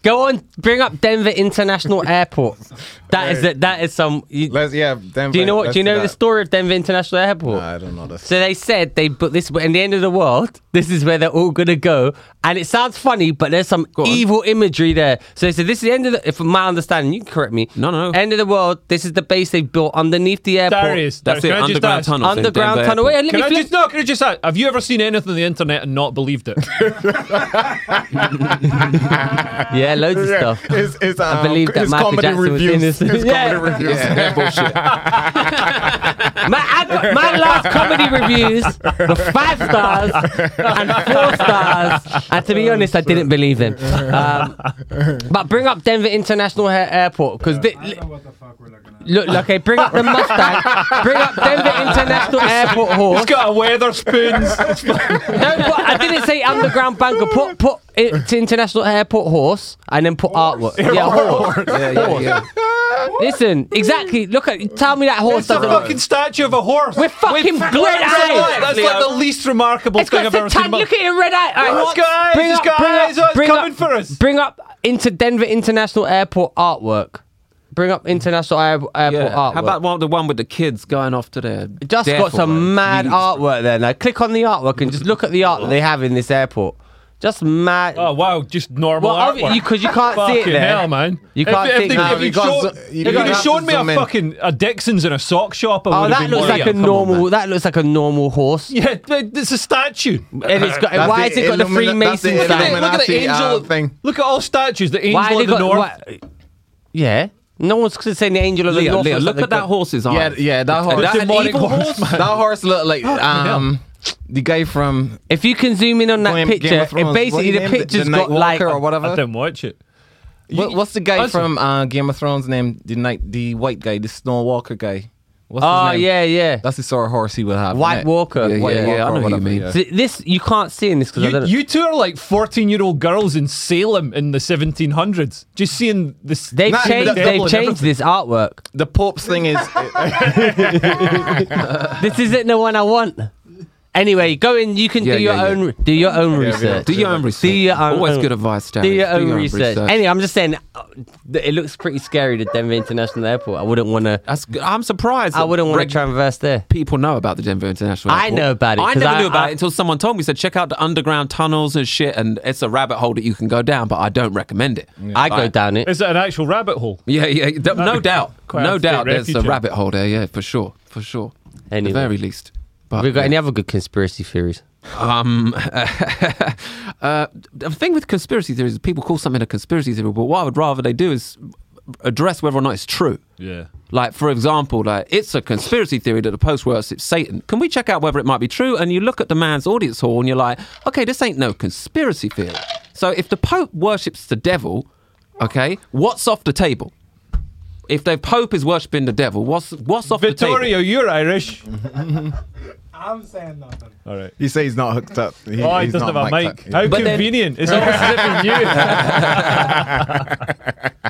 A: Go on, bring up Denver International Airport. That is it. That is some. you-
D: Let's, yeah Denver,
A: do you know what?
D: let's
A: Do you know
D: that.
A: the story of Denver International Airport?
D: Nah, I don't know this.
A: So they said they but this in the end of the world. This is where they're all gonna go, and it sounds funny, but there's some
B: on.
A: evil imagery there. So they said this is the end of the. If my understanding, you can correct me.
B: No, no.
A: End of the world. This is the base they built underneath the airport.
C: Darius,
B: That's
C: Darius,
B: it.
C: can I just
B: Underground
C: ask-
B: tunnels. in
A: Underground
B: Denver
A: tunnel.
B: Airport.
A: Wait, let
C: Can
A: me
C: I
A: finish.
C: just no? Can I just ask? Have you ever seen anything on the internet and not believed it?
A: yeah, loads of
D: Yeah,
A: stuff.
D: it's, it's, um,
A: I believe that
D: it's
A: Michael
D: comedy
A: Jackson was
D: reviews.
A: innocent.
D: It's
A: Yeah.
D: comedy reviews.
B: Yeah, bullshit.
A: My, I got my last comedy reviews were five stars and four stars. And to be honest, I didn't believe them. Um, but bring up Denver International Air- Airport because
E: I know what the fuck we're looking at.
A: look, okay, bring up the Mustang, bring up Denver International Airport horse.
C: He's got a weather spoons.
A: No, but I didn't say underground banker. Put put it to International Airport horse and then put artwork. Yeah, horse.
B: Yeah, yeah, yeah.
A: Listen, exactly. Look at tell me that horse
C: It's a
A: doesn't.
C: fucking statue of a horse.
A: With fucking
C: With-
A: great
C: That's
A: eyes.
C: like- That's like the least remarkable
A: It's
C: thing
A: got
C: I've ever
A: the
C: seen.
A: tan.
C: in my-
A: Look at it, red eye. All right,
C: It's got eyes, it's got eyes, oh, it's coming for us.
A: Bring up into Denver International Airport artwork. Bring up International Air- Airport
B: Yeah.
A: artwork.
B: How about one, the one with the kids going off to their?
A: just
B: death
A: got
B: or
A: some
B: whatever?
A: mad
B: Jeez.
A: artwork there. Now click on the artwork and just look at the art that they have in this airport. Just mad.
C: Oh wow, just normal
A: well,
C: artwork.
A: because you, 'cause you can't see
C: Fucking
A: it there.
C: hell, man.
A: You
C: If-
A: can't
C: if,
A: see it
C: they-
A: now.
C: if you
D: You can't
C: showed-
D: zo-
C: you
D: you
C: could
D: gotta
C: have shown me a
D: zoom in.
C: fucking a Dixon's in a sock shop. I
A: Oh,
C: would have
A: that
C: been
A: looks
C: more-
A: like a
B: come on,
A: normal.
B: man.
A: that looks like a normal horse.
C: Yeah, but it's a statue.
A: And it's got.
D: That's
A: why
D: the
A: has it got the
D: Illumi- that's the
A: Freemason
C: Look at,
A: stamp?
C: the- look at the
D: Illuminati,
C: angel
D: uh, thing.
C: Look at all statues. The angel
A: Why
C: of
A: they
C: the
A: got?
C: north.
A: why- yeah. No one's saying the angel of the
B: Leo,
A: north.
B: Leo,
A: looks like
B: look
A: the
B: at that
A: god-
B: horse's eyes.
D: Yeah, yeah, that
B: Is
D: horse.
B: that an
C: demonic
B: evil horse?
D: That horse looked like um the guy from
A: If you can zoom in on that
D: Game- Game
A: picture,
D: of Thrones.
A: it
D: What do
A: basically
D: you
A: the
D: name it?
A: picture's
D: The
A: got
D: Nightwalker
A: like
D: or
C: I
D: whatever.
C: didn't watch it.
D: What, what's the guy
C: Answer.
D: from uh, Game of Thrones name? The night, the white guy, the Snow Walker guy. What's
A: Oh,
D: his name?
A: yeah, yeah.
D: That's the sort of horse he will have.
A: White
D: innit?
A: Walker.
B: Yeah,
D: White
B: yeah, yeah, I know
D: Walker or
B: who you
D: whatever,
B: mean.
D: yeah.
A: So this you can't see in this because I
C: You,
A: don't.
C: you two are like 14 year old girls in Salem in the 1700s, just seeing this.
A: they've
D: Nah,
A: changed.
D: the devil
A: They've
D: and
A: changed this artwork.
D: The Pope's thing is
A: this isn't the one I want. Anyway, go in. You can
B: Yeah,
A: do your
B: yeah,
A: own. Do your own research.
B: Do your own research.
A: Do your own-
B: Always
A: own-
B: good advice, Darren.
A: Do your own research. Anyway, I'm just saying, uh, th- it looks pretty scary. The Denver International Airport. I wouldn't want to.
B: That's good. I'm surprised.
A: I
B: that
A: wouldn't want to
B: reg-
A: traverse there.
B: People know about the Denver International.
A: I
B: Airport.
A: know about it,
B: I
A: 'cause
B: never
A: I-
B: knew about
A: I-
B: it until someone told me. Said check out the underground tunnels and shit, and it's a rabbit hole that you can go down, but I don't recommend it.
A: I go down it.
C: Is it an actual rabbit hole?
B: Yeah, yeah, th- no
C: be
B: doubt,
C: quite
B: no
C: a
B: doubt.
C: state
B: There's a
C: refuge.
B: rabbit hole there, yeah, for sure, for sure. At
A: Anyway.
B: the very least. But
A: We got
B: yeah.
A: any other good conspiracy theories?
B: Um, uh, the thing with conspiracy theories is people call something a conspiracy theory, but what I would rather they do is address whether or not it's true.
C: Yeah.
B: Like, for example, like it's a conspiracy theory that the Post worships Satan. Can we check out whether it might be true? And you look at the man's audience hall and you're like, okay, this ain't no conspiracy theory. So if the Pope worships the devil, okay, what's off the table? If the Pope is worshipping the devil, what's what's off the table?
C: Victoria, you're Irish.
E: I'm saying nothing.
C: All right.
D: He says he's not hooked up. He,
C: Oh, he
D: he's
C: doesn't
D: not
C: have a
D: mic'd
C: mic.
D: up.
C: How
B: But then-
C: convenient. It's almost as if he knew.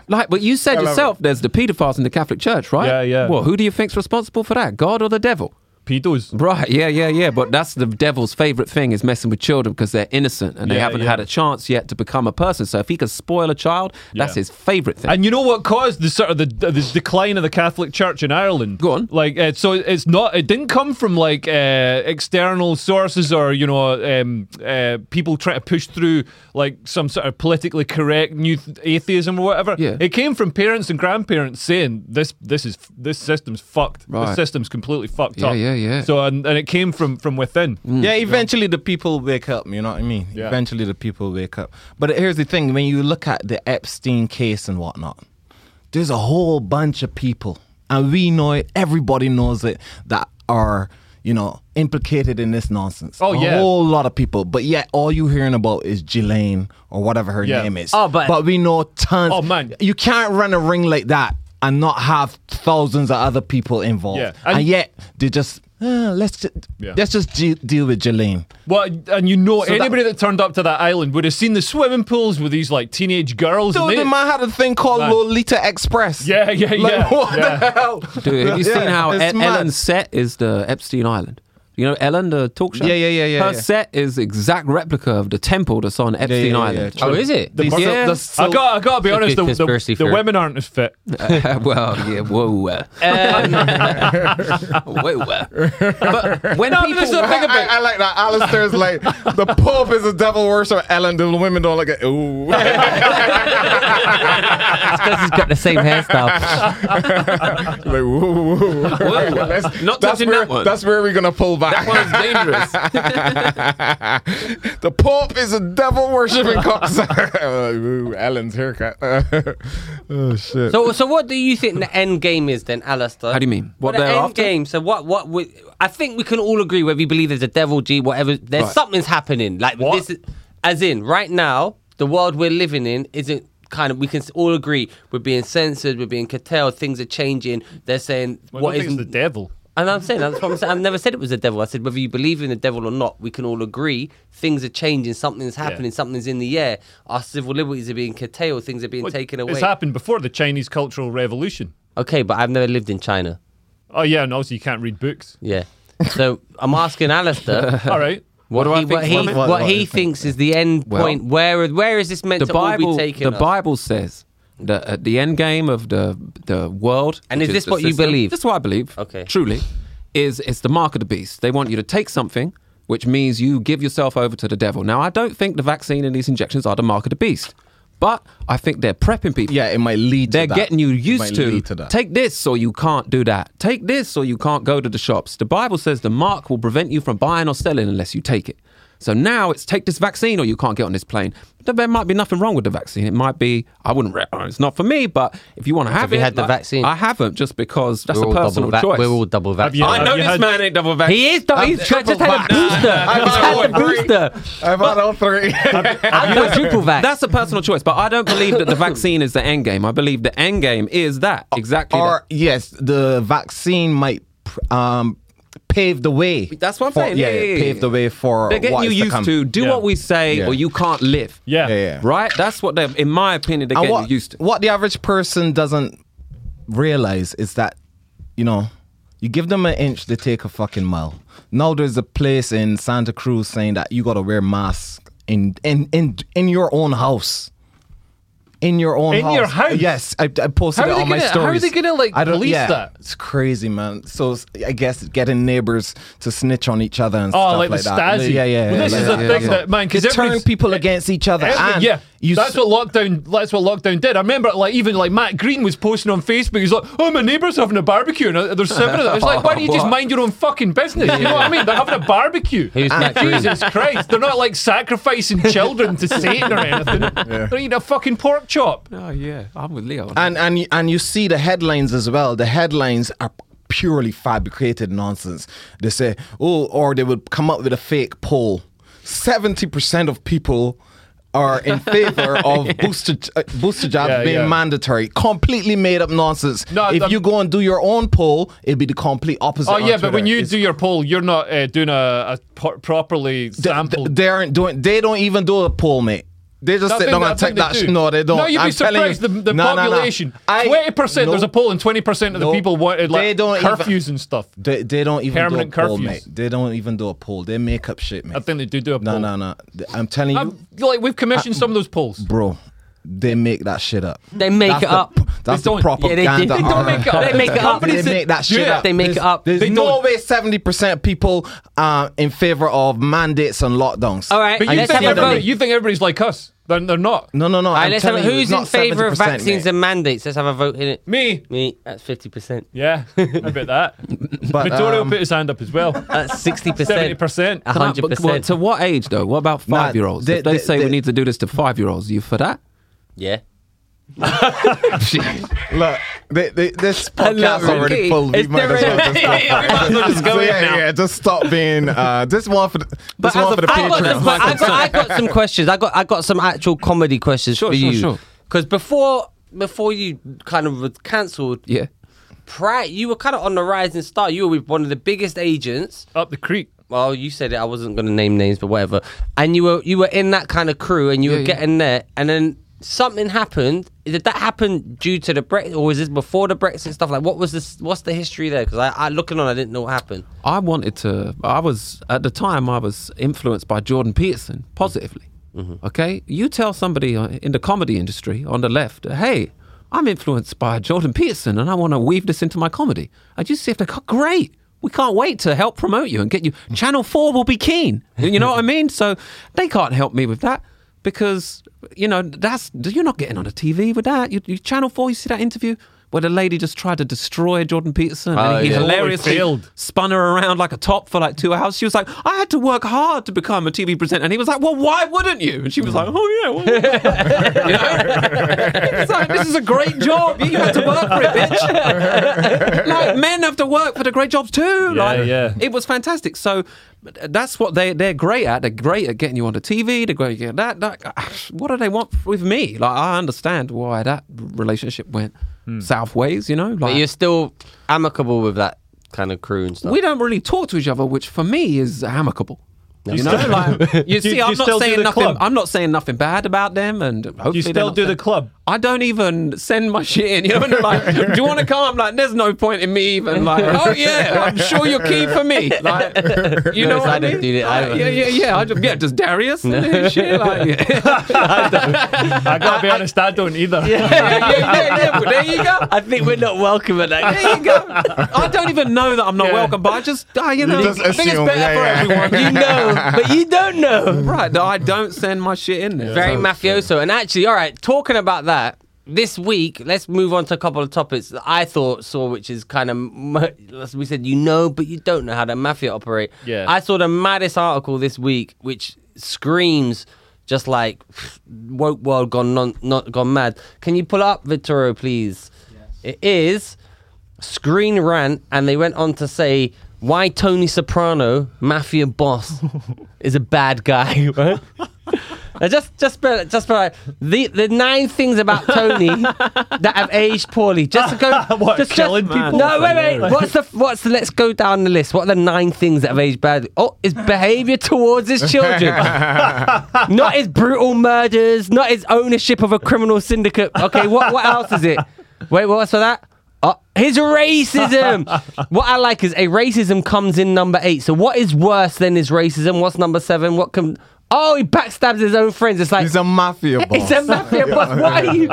B: Like, but you said
D: love
B: yourself, there's the paedophiles in the Catholic Church, right?
C: Yeah, yeah.
B: Well, who do you think's responsible for that, God or the devil?
C: Pedos.
B: Right, yeah, yeah, yeah. But that's the devil's favorite thing is messing with children because they're innocent and they
C: Yeah,
B: haven't
C: yeah.
B: had a chance yet to become a person. So if he can spoil a child, that's
C: Yeah.
B: his favorite thing.
C: And you know what caused the sort of the, the decline of the Catholic Church in Ireland?
B: Go on.
C: Like, uh, so it's not. It didn't come from like uh, external sources or you know um, uh, people trying to push through like some sort of politically correct new th- atheism or whatever.
B: Yeah.
C: It came from parents and grandparents saying this this is this system's fucked. This
B: Right.
C: system's completely fucked
B: Yeah,
C: up.
B: yeah, yeah. Mm.
C: So and, and it came from from within.
D: Yeah, eventually the people wake up. You know what I mean?
C: Mm. Yeah.
D: Eventually the people wake up. But here's the thing: when you look at the Epstein case and whatnot, there's a whole bunch of people, and we know it. Everybody knows it that are you know implicated in this nonsense.
C: Oh,
D: a
C: yeah.
D: whole lot of people. But yet all you hearing about is Jelaine or whatever her
C: Yeah.
D: name is.
A: Oh, but-
D: we know tons.
C: Oh, man.
D: you can't run a ring like that. And not have thousands of other people involved,
C: Yeah.
D: and,
C: And-
D: yet they just uh, let's just,
C: Yeah.
D: let's just de- deal with Jelaine.
C: Well, and you know
D: So that-
C: anybody that, turned up to that island would have seen the swimming pools with these like teenage girls. and
D: Dude,
C: they-
D: the man had a thing called
C: Man.
D: Lolita Express.
C: Yeah, yeah,
D: Like,
C: yeah.
D: what
C: yeah.
D: the hell?
B: Dude, have you
D: Yeah,
B: seen how
D: it's
B: E-
D: mad.
B: Ellen's set is the Epstein Island? You know Ellen, the talk show.
D: Yeah, yeah, yeah, yeah,
B: Her
D: yeah.
B: set is exact replica of the temple that's on Epstein
D: yeah,
B: Island.
D: yeah,
A: Oh, is it?
D: The,
B: Yeah.
D: yeah. the,
C: I got. I got to be
A: Could
C: honest.
A: be
C: The, the,
A: conspiracy
C: the
A: theory.
C: women aren't as fit.
B: well, yeah, whoa, uh,
A: Um,
B: whoa. uh. But when
C: No, but
B: people
C: this is the thing
D: I,
C: about.
D: I like that. Alistair's like, the Pope is a devil worshiper. Ellen, the women don't like it. Ooh.
A: Because he's got the same hairstyle.
D: like, woo, woo, woo. Let's-
B: Not
D: that's
B: touching
D: where,
B: that one.
D: That's where we're going to pull back.
B: that one's dangerous.
D: the Pope is a devil worshipping cops. Ooh, Ellen's haircut. oh, shit.
A: so, so what do you think the end game is then, Alistair?
B: How do you mean?
A: What
B: What
A: the
B: they're
A: end
B: after?
A: game? So what? What? We, I think we can all agree whether you believe there's a devil, G, whatever. There's
B: Right.
A: something's happening. Like
C: What?
A: this is, as in right now, the world we're living in isn't kind of. We can all agree we're being censored, we're being curtailed, things are changing. They're saying
C: Well,
A: what
C: I don't think
A: is
C: it's the devil?
A: And I'm saying that's what I'm saying. I've never said it was the devil. I said whether you believe in the devil or not, we can all agree things are changing, something's happening, something's in the air. Our civil liberties are being curtailed, things are being taken away.
C: It's happened before the Chinese Cultural Revolution.
A: okay, but I've never lived in China.
C: Oh yeah, and also you can't read books.
A: Yeah. So I'm asking Alistair
C: All right.
A: what,
B: do I
A: he, what, he, what,
B: think is happening?
D: What- what
A: he
D: you
A: thinks is the end
B: Well,
A: point. Where where is this meant
B: the
A: to all
B: Bible,
A: be taken?
B: the Bible says that at the end game of the the world,
A: And
B: which
A: is this
B: the
A: what you
B: system-
A: believe?
B: This is what I believe.
A: Okay.
B: truly, is it's the mark of the beast. They want you to take something, which means you give yourself over to the devil. Now, I don't think the vaccine and these injections are the mark of the beast, but I think they're prepping people.
D: Yeah, it might lead to
B: They're
D: that.
B: getting you
D: It might
B: used to,
D: lead to that.
B: take this or you can't do that. Take this or you can't go to the shops. The Bible says the mark will prevent you from buying or selling unless you take it. So now it's take this vaccine or you can't get on this plane. But there might be nothing wrong with the vaccine. It might be I wouldn't. Re- oh, it's not for me. But if you want to have,
A: you
B: it,
A: had the vaccine?
B: I haven't just because that's
A: We're
B: a
A: all
B: personal
A: double vac-
B: choice.
A: We're all double
C: Have you-
A: vaccinated.
B: I know
C: Have
B: this
C: had-
B: man ain't double
A: He
B: vaccinated.
A: is. Double,
D: I'm
A: he's
D: triple
A: just had a
D: vac.
A: booster.
D: I've
A: he's
D: had all
A: had the
D: three.
A: booster.
D: I've had all three.
A: I'm quadruple vac.
B: That's a personal choice, but I don't believe that the vaccine is the end game. I believe the end game is that
D: Uh,
B: exactly.
D: or
B: that.
D: yes, the vaccine might um, pave the way.
B: That's what I'm
D: for-
B: saying. Yeah, yeah, yeah,
D: pave the way for
B: They're getting
D: what
B: you
D: is to
B: used
D: come.
B: to do
C: Yeah.
B: what we say,
D: Yeah.
B: or you can't live.
C: Yeah.
D: Yeah, yeah.
B: Right. That's what they're. In my opinion, they're
D: And
B: getting
D: what,
B: you used to.
D: what the average person doesn't realize is that, you know, you give them an inch, they take a fucking mile. Now there's a place in Santa Cruz saying that you gotta wear masks in in in, in your own house. In your own
C: In
D: house.
C: your house?
D: Yes, I, I posted
C: How are
D: it
C: they
D: on my
C: gonna- how
D: stories.
C: are they gonna, like,
D: I don't,
C: police
D: yeah,
C: that?
D: It's crazy, man. So s- I guess getting neighbors to snitch on each other and
C: Oh,
D: stuff
C: like, the
D: that.
C: Stasi.
D: Yeah, yeah.
C: Well, this
D: yeah,
C: is
D: yeah,
C: the
D: yeah,
C: thing
D: yeah.
C: that man, because
D: They turn people against each other.
C: e, Every-
D: and
C: yeah,
D: you
C: that's what lockdown. That's what lockdown did. I remember, like even like Matt Green was posting on Facebook. He's like, "Oh, my neighbour's having a barbecue, and uh, there's seven of them." It's like, why don't you just
B: What?
C: mind your own fucking business? You know what I mean? They're having a barbecue.
A: Who's Matt Green?
C: Jesus Christ! They're not like sacrificing children to Satan or anything. They don't eat a fucking pork chop.
B: Oh yeah, I'm with Leo.
D: and and and you see the headlines as well. The headlines are purely fabricated nonsense. They say, oh, or they would come up with a fake poll. Seventy percent of people are in favor of booster uh, booster jobs
C: Yeah,
D: being
C: yeah.
D: mandatory. Completely made up nonsense.
C: No,
D: if
C: I'm-
D: you go and do your own poll, it'd be the complete opposite.
C: Oh
D: on
C: yeah, but when
D: Twitter.
C: you
D: It's-
C: do your poll, you're not uh, doing a, a pro- properly
D: th-
C: sampled.
D: th- they aren't doing. They don't even do a poll, mate. They just
C: I
D: sit
C: think
D: down
C: that- I
D: and take
C: think
D: that.
C: they
D: sh-
C: do.
D: no, they don't.
C: No, you'd
D: I'm
C: be
D: telling you,
C: surprised. The, the
D: No, no, no.
C: population,
D: I-
C: twenty percent. There's
D: no.
C: a poll, and twenty percent of the
D: No.
C: people wanted like
D: They don't even-
C: curfews and stuff.
D: They, they don't even
C: Permanent
D: do a poll,
C: curfews.
D: mate. They don't even do a poll. They make up shit, mate.
C: I think they do do a
D: no,
C: poll.
D: no, Uh, no. Th- I'm telling you,
C: I'm, like we've commissioned some of those polls.
D: bro. They make that shit up.
A: They make
D: That's
A: it
D: the-
A: up.
D: That's
C: They
D: the
C: don't. Yeah,
A: yeah, they,
D: propaganda.
A: do. they don't
D: arm.
A: make it up. They make it up.
D: They make that shit
C: Yeah.
D: up.
A: They make
D: There's-
A: it up.
D: There's
C: They
D: no
C: don't.
D: way seventy percent people are in favor of mandates and lockdowns.
A: All right,
C: But
A: And
C: you
A: let's
C: think,
A: have a
C: everybody-
A: vote.
C: you think everybody's like us? They're, they're not.
D: No, no, no.
A: All right,
D: I'm
A: let's have a,
D: telling you, it's
A: who's in
D: not
A: favour of
D: 70%,
A: vaccines
D: mate.
A: and mandates? Let's have a vote in it.
C: Me.
A: Me, that's 50%.
C: Yeah, I bet that.
D: But,
C: Vittorio
D: um,
C: put his hand up as well.
A: That's 60%.
C: Seventy percent.
A: Uh,
B: But- but
A: 100%.
B: To what age though? What about
D: Nah,
B: five year olds?
D: they-
B: If they
D: they-
B: say we
D: they-
B: need to do this to five year olds, you for that?
A: Yeah.
D: Look, they, they, this
A: love
D: podcast
A: it.
D: already full. We
A: It's
D: might as
A: never-
D: well just stop.
A: We might as well just go
D: So,
A: in
D: yeah,
A: now.
D: yeah, just stop being. Uh, this one for the, this
B: as
D: one
B: a-
D: for the
A: I got,
B: Patreon.
A: some,
D: Patreons.
A: I, got, I got some questions. I got I got some actual comedy questions
B: Sure,
A: for
B: sure,
A: you.
B: sure.
A: Because before before you kind of was cancelled,
B: Yeah.
A: prior you were kind of on the rising star. You were with one of the biggest agents.
C: Up the creek.
A: Well, you said it. I wasn't going to name names, but whatever. And you were you were in that kind of crew, and you were
B: yeah.
A: getting there, and then something happened. Did that happen due to the Brexit, or was this before the Brexit stuff? Like, what was this? What's the history there? Because I, I looking on, I didn't know what happened.
B: I wanted to. I was at the time. I was influenced by Jordan Peterson positively. Okay, you tell somebody uh, in the comedy industry on the left, hey, I'm influenced by Jordan Peterson, and I want to weave this into my comedy. I just see if they go, great. We can't wait to help promote you and get you. Channel Four will be keen. You know what I mean? So they can't help me with that because you know that's you're not getting on the TV with that. You, you Channel Four, you see that interview. Where the lady just tried to destroy Jordan Peterson, and he
A: yeah.
B: hilariously
C: failed.
B: spun her around like a top for like two hours. She was like, I had to work hard to become a TV presenter. And he was like, Well, why wouldn't you? And she was like, Oh, yeah. Well, why?" you know? It's like, This is a great job. You had to work for it, bitch. like, men have to work for the great jobs too.
C: Yeah,
B: like,
C: yeah.
B: It was fantastic. So that's what they, they're great at. They're great at getting you onto TV. They're great at that. that what do they want with me? Like, I understand why that relationship went
C: Hmm.
B: south ways, you know? Like,
A: But you're still amicable with that kind of crew and stuff.
B: we don't really talk to each other, which for me is amicable. You know,
C: still-
B: like you
C: You-
B: see,
C: you
B: I'm
C: still
B: not
C: do
B: saying
C: the
B: nothing.
C: club?
B: I'm not saying nothing bad about them, and hopefully
C: You
B: they're
C: still
B: not
C: do the
B: saying-
C: club?
B: I don't even send my shit in. You know, and they're like, do you want to come? Like, there's no point in me even like. Oh yeah, I'm sure you're keen for me. Like, you
A: Notice
B: know what
A: I
B: I
A: don't
B: mean?
A: do that
B: Like,
A: either.
B: yeah, yeah, yeah. I just, yeah, just Darius and his shit. Like, yeah.
C: I gotta be honest, I don't either.
B: yeah, yeah, yeah. Well, there you go.
A: I think we're not welcome at that.
B: There you go. I don't even know that I'm not
C: Yeah.
B: welcome, but I just, I, you know,
D: Just
B: I think it's
D: assume,
B: better
D: yeah,
B: for
D: yeah.
B: everyone.
A: you know, but you don't know.
B: Right, that I don't send my shit in there.
A: Very mafioso. And actually, all right, talking about that, this week, let's move on to a couple of topics that I thought saw, which is kind of, as we said, you know, but you don't know how the mafia operate.
C: Yeah.
A: I saw the maddest article this week, which screams just like woke world gone non, not gone mad. Can you pull up Vittorio, please? It is Screen Rant, and they went on to say why Tony Soprano, mafia boss, is a bad guy. right? Now just, just, be- just be like, the the nine things about Tony that have aged poorly. Just to go,
C: What,
A: just,
C: killing
A: just,
C: people?
A: No, wait, wait.
C: Hilarious.
A: What's the, what's the? Let's go down the list. What are the nine things that have aged badly? Oh, his behaviour towards his children, not his brutal murders, not his ownership of a criminal syndicate. Okay, what, what else is it? Wait, what's for that? Oh, his racism. what I like is a racism comes in number eight. So what is worse than his racism? What's number seven? What can? Oh, he backstabs his own friends. It's like
D: He's a mafia boss.
A: it's a mafia boss. What are you?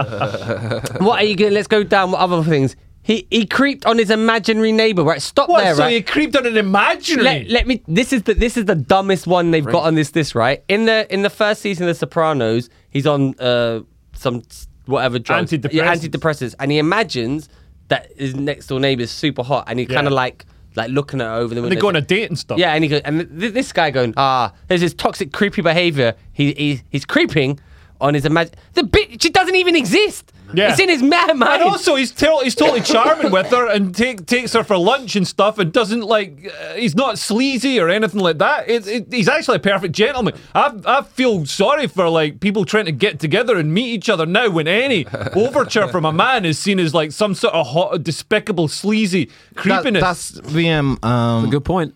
A: what are you going? Let's go down. What other things? He he creeped on his imaginary neighbor. Right, stop
C: What?
A: there.
C: so
A: right?
C: you creeped on an imaginary?
A: let, let me this is the this is the dumbest one they've got on this list right in the in the first season of the sopranos he's on uh some s- whatever drugs Yeah,
C: Antidepressants.
A: antidepressants and he imagines that his next door neighbor's super hot and he
C: Yeah.
A: kind of like like looking at her over the window
C: they go on a date and stuff.
A: yeah and he goes and th- this guy going ah there's this toxic creepy behavior he, he he's creeping on his imagine the bitch she doesn't even exist
C: Yeah.
A: it's in his mad mind
C: And also, he's tell he's totally charming with her, and take, takes her for lunch and stuff, and doesn't like uh, he's not sleazy or anything like that. It, it, he's actually a perfect gentleman. I I feel sorry for like people trying to get together and meet each other now when any overture from a man is seen as like some sort of hot, despicable, sleazy
D: That-
C: creepiness.
D: that's VM. Um,
B: Good point.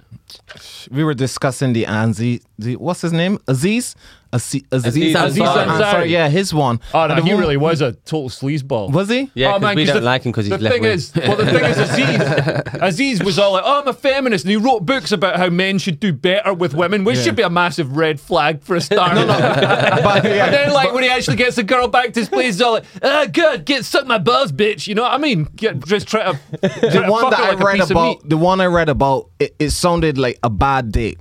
D: we were discussing the Anzi. The, what's his name? Aziz. Aziz,
B: Aziz Ansari.
D: Ansari, Yeah, his one.
C: oh no,
D: And the
C: he
D: one-
C: really was a total sleazeball.
D: was he?
A: Yeah, 'cause
C: Oh, man,
A: we
C: 'cause
A: don't like him 'cause he's
C: the
A: left
C: thing
A: wing.
C: is, well, the thing is, Aziz, Aziz was all like, "Oh, I'm a feminist," and he wrote books about how men should do better with women, which should be a massive red flag for a start.
D: But, yeah,
C: and then, like, when he actually gets the girl back to his place, he's all like, "Ah, good, get suck my balls, bitch." You know what I mean? Get, just try to.
D: the one that I read
C: piece
D: about,
C: Of meat.
D: the one I read about, it, it sounded like a bad date,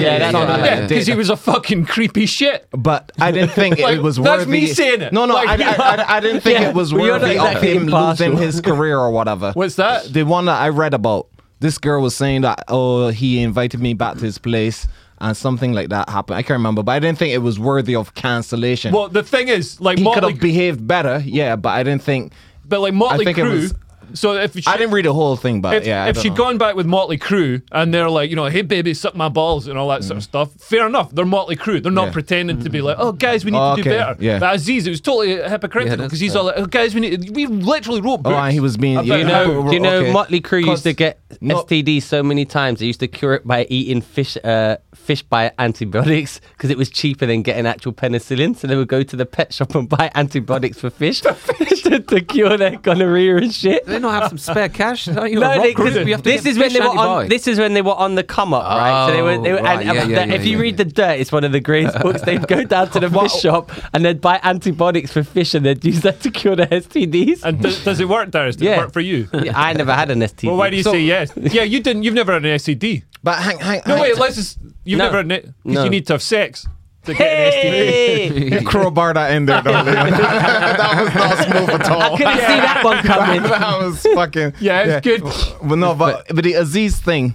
A: Yeah,
C: yeah,
A: that's
C: because
A: what I
D: did.
C: he was a fucking creepy shit.
D: but I didn't think
C: Like,
D: it was worthy.
C: that's me saying it.
D: No, no,
C: Like,
D: I, I, I, I didn't think
A: Yeah,
D: it was
A: well, you're
D: worthy
A: not exactly
D: of him
A: impartial.
D: losing his career or whatever.
C: What's that?
D: The one that I read about, this girl was saying that oh, he invited me back to his place. And something like that happened. I can't remember, but I didn't think it was worthy of cancellation.
C: Well, the thing is, like,
D: he could
C: Motley,
D: have behaved better, yeah, but I didn't think.
C: but like Motley
D: think it
C: Crue.
D: was-
C: so if she,
D: I didn't read the whole thing, but
C: if,
D: Uh, yeah. I
C: if
D: don't
C: she'd
D: know.
C: gone back with Motley Crue and they're like, you know, hey baby, suck my balls and all that sort of stuff, fair enough. They're Motley Crue. They're not
D: Mm-hmm. Yeah.
C: pretending to be like, oh guys, we need
D: Oh,
C: to do
D: okay,
C: better.
D: yeah.
C: But Aziz, it was totally hypocritical
B: that's
C: because he's all like, oh guys, we need. We literally wrote. Books
D: Oh, and he was being.
C: about
A: Do you
C: how-
A: know? Do you know
D: Okay.
A: Motley Crue used to get
D: no-
A: STDs so many times? They used to cure it by eating fish, uh, fish by antibiotics because it was cheaper than getting actual penicillin. So they would go to the pet shop and buy antibiotics for fish, to, to cure their gonorrhea and shit.
B: They not have some spare cash? Don't you?
A: No,
B: Rob
A: they-
B: Cruz,
A: this,
B: you have to
A: this
B: get
A: is when they
B: fish
A: were on.
B: antibiotics.
A: This is when they were on the come up, right? so they were. They were
B: Oh, right,
A: and,
B: yeah,
A: and
B: yeah,
A: the- if
B: yeah,
A: you
B: yeah,
A: read the dirt, it's one of the greatest books. They'd go down to the fish shop and they'd buy antibiotics for fish and they'd use that to cure their STDs.
C: And does, does it work, Darius? Does
A: Yeah.
C: it work for you?
A: Yeah, I never had an STD.
C: Well, why do you
D: So-
C: say yes? Yeah, you didn't. You've never had an STD.
D: But hang, hang,
C: No,
D: hang
C: wait. Let's just. You've
A: No.
C: never had it because
A: No.
C: you need to have sex to get an STD.
A: Hey!
D: You crowbar that in there, don't you? that was not smooth at all.
A: I couldn't see that one coming.
D: that was fucking.
C: Yeah, it's good.
D: But no, but but the Aziz thing,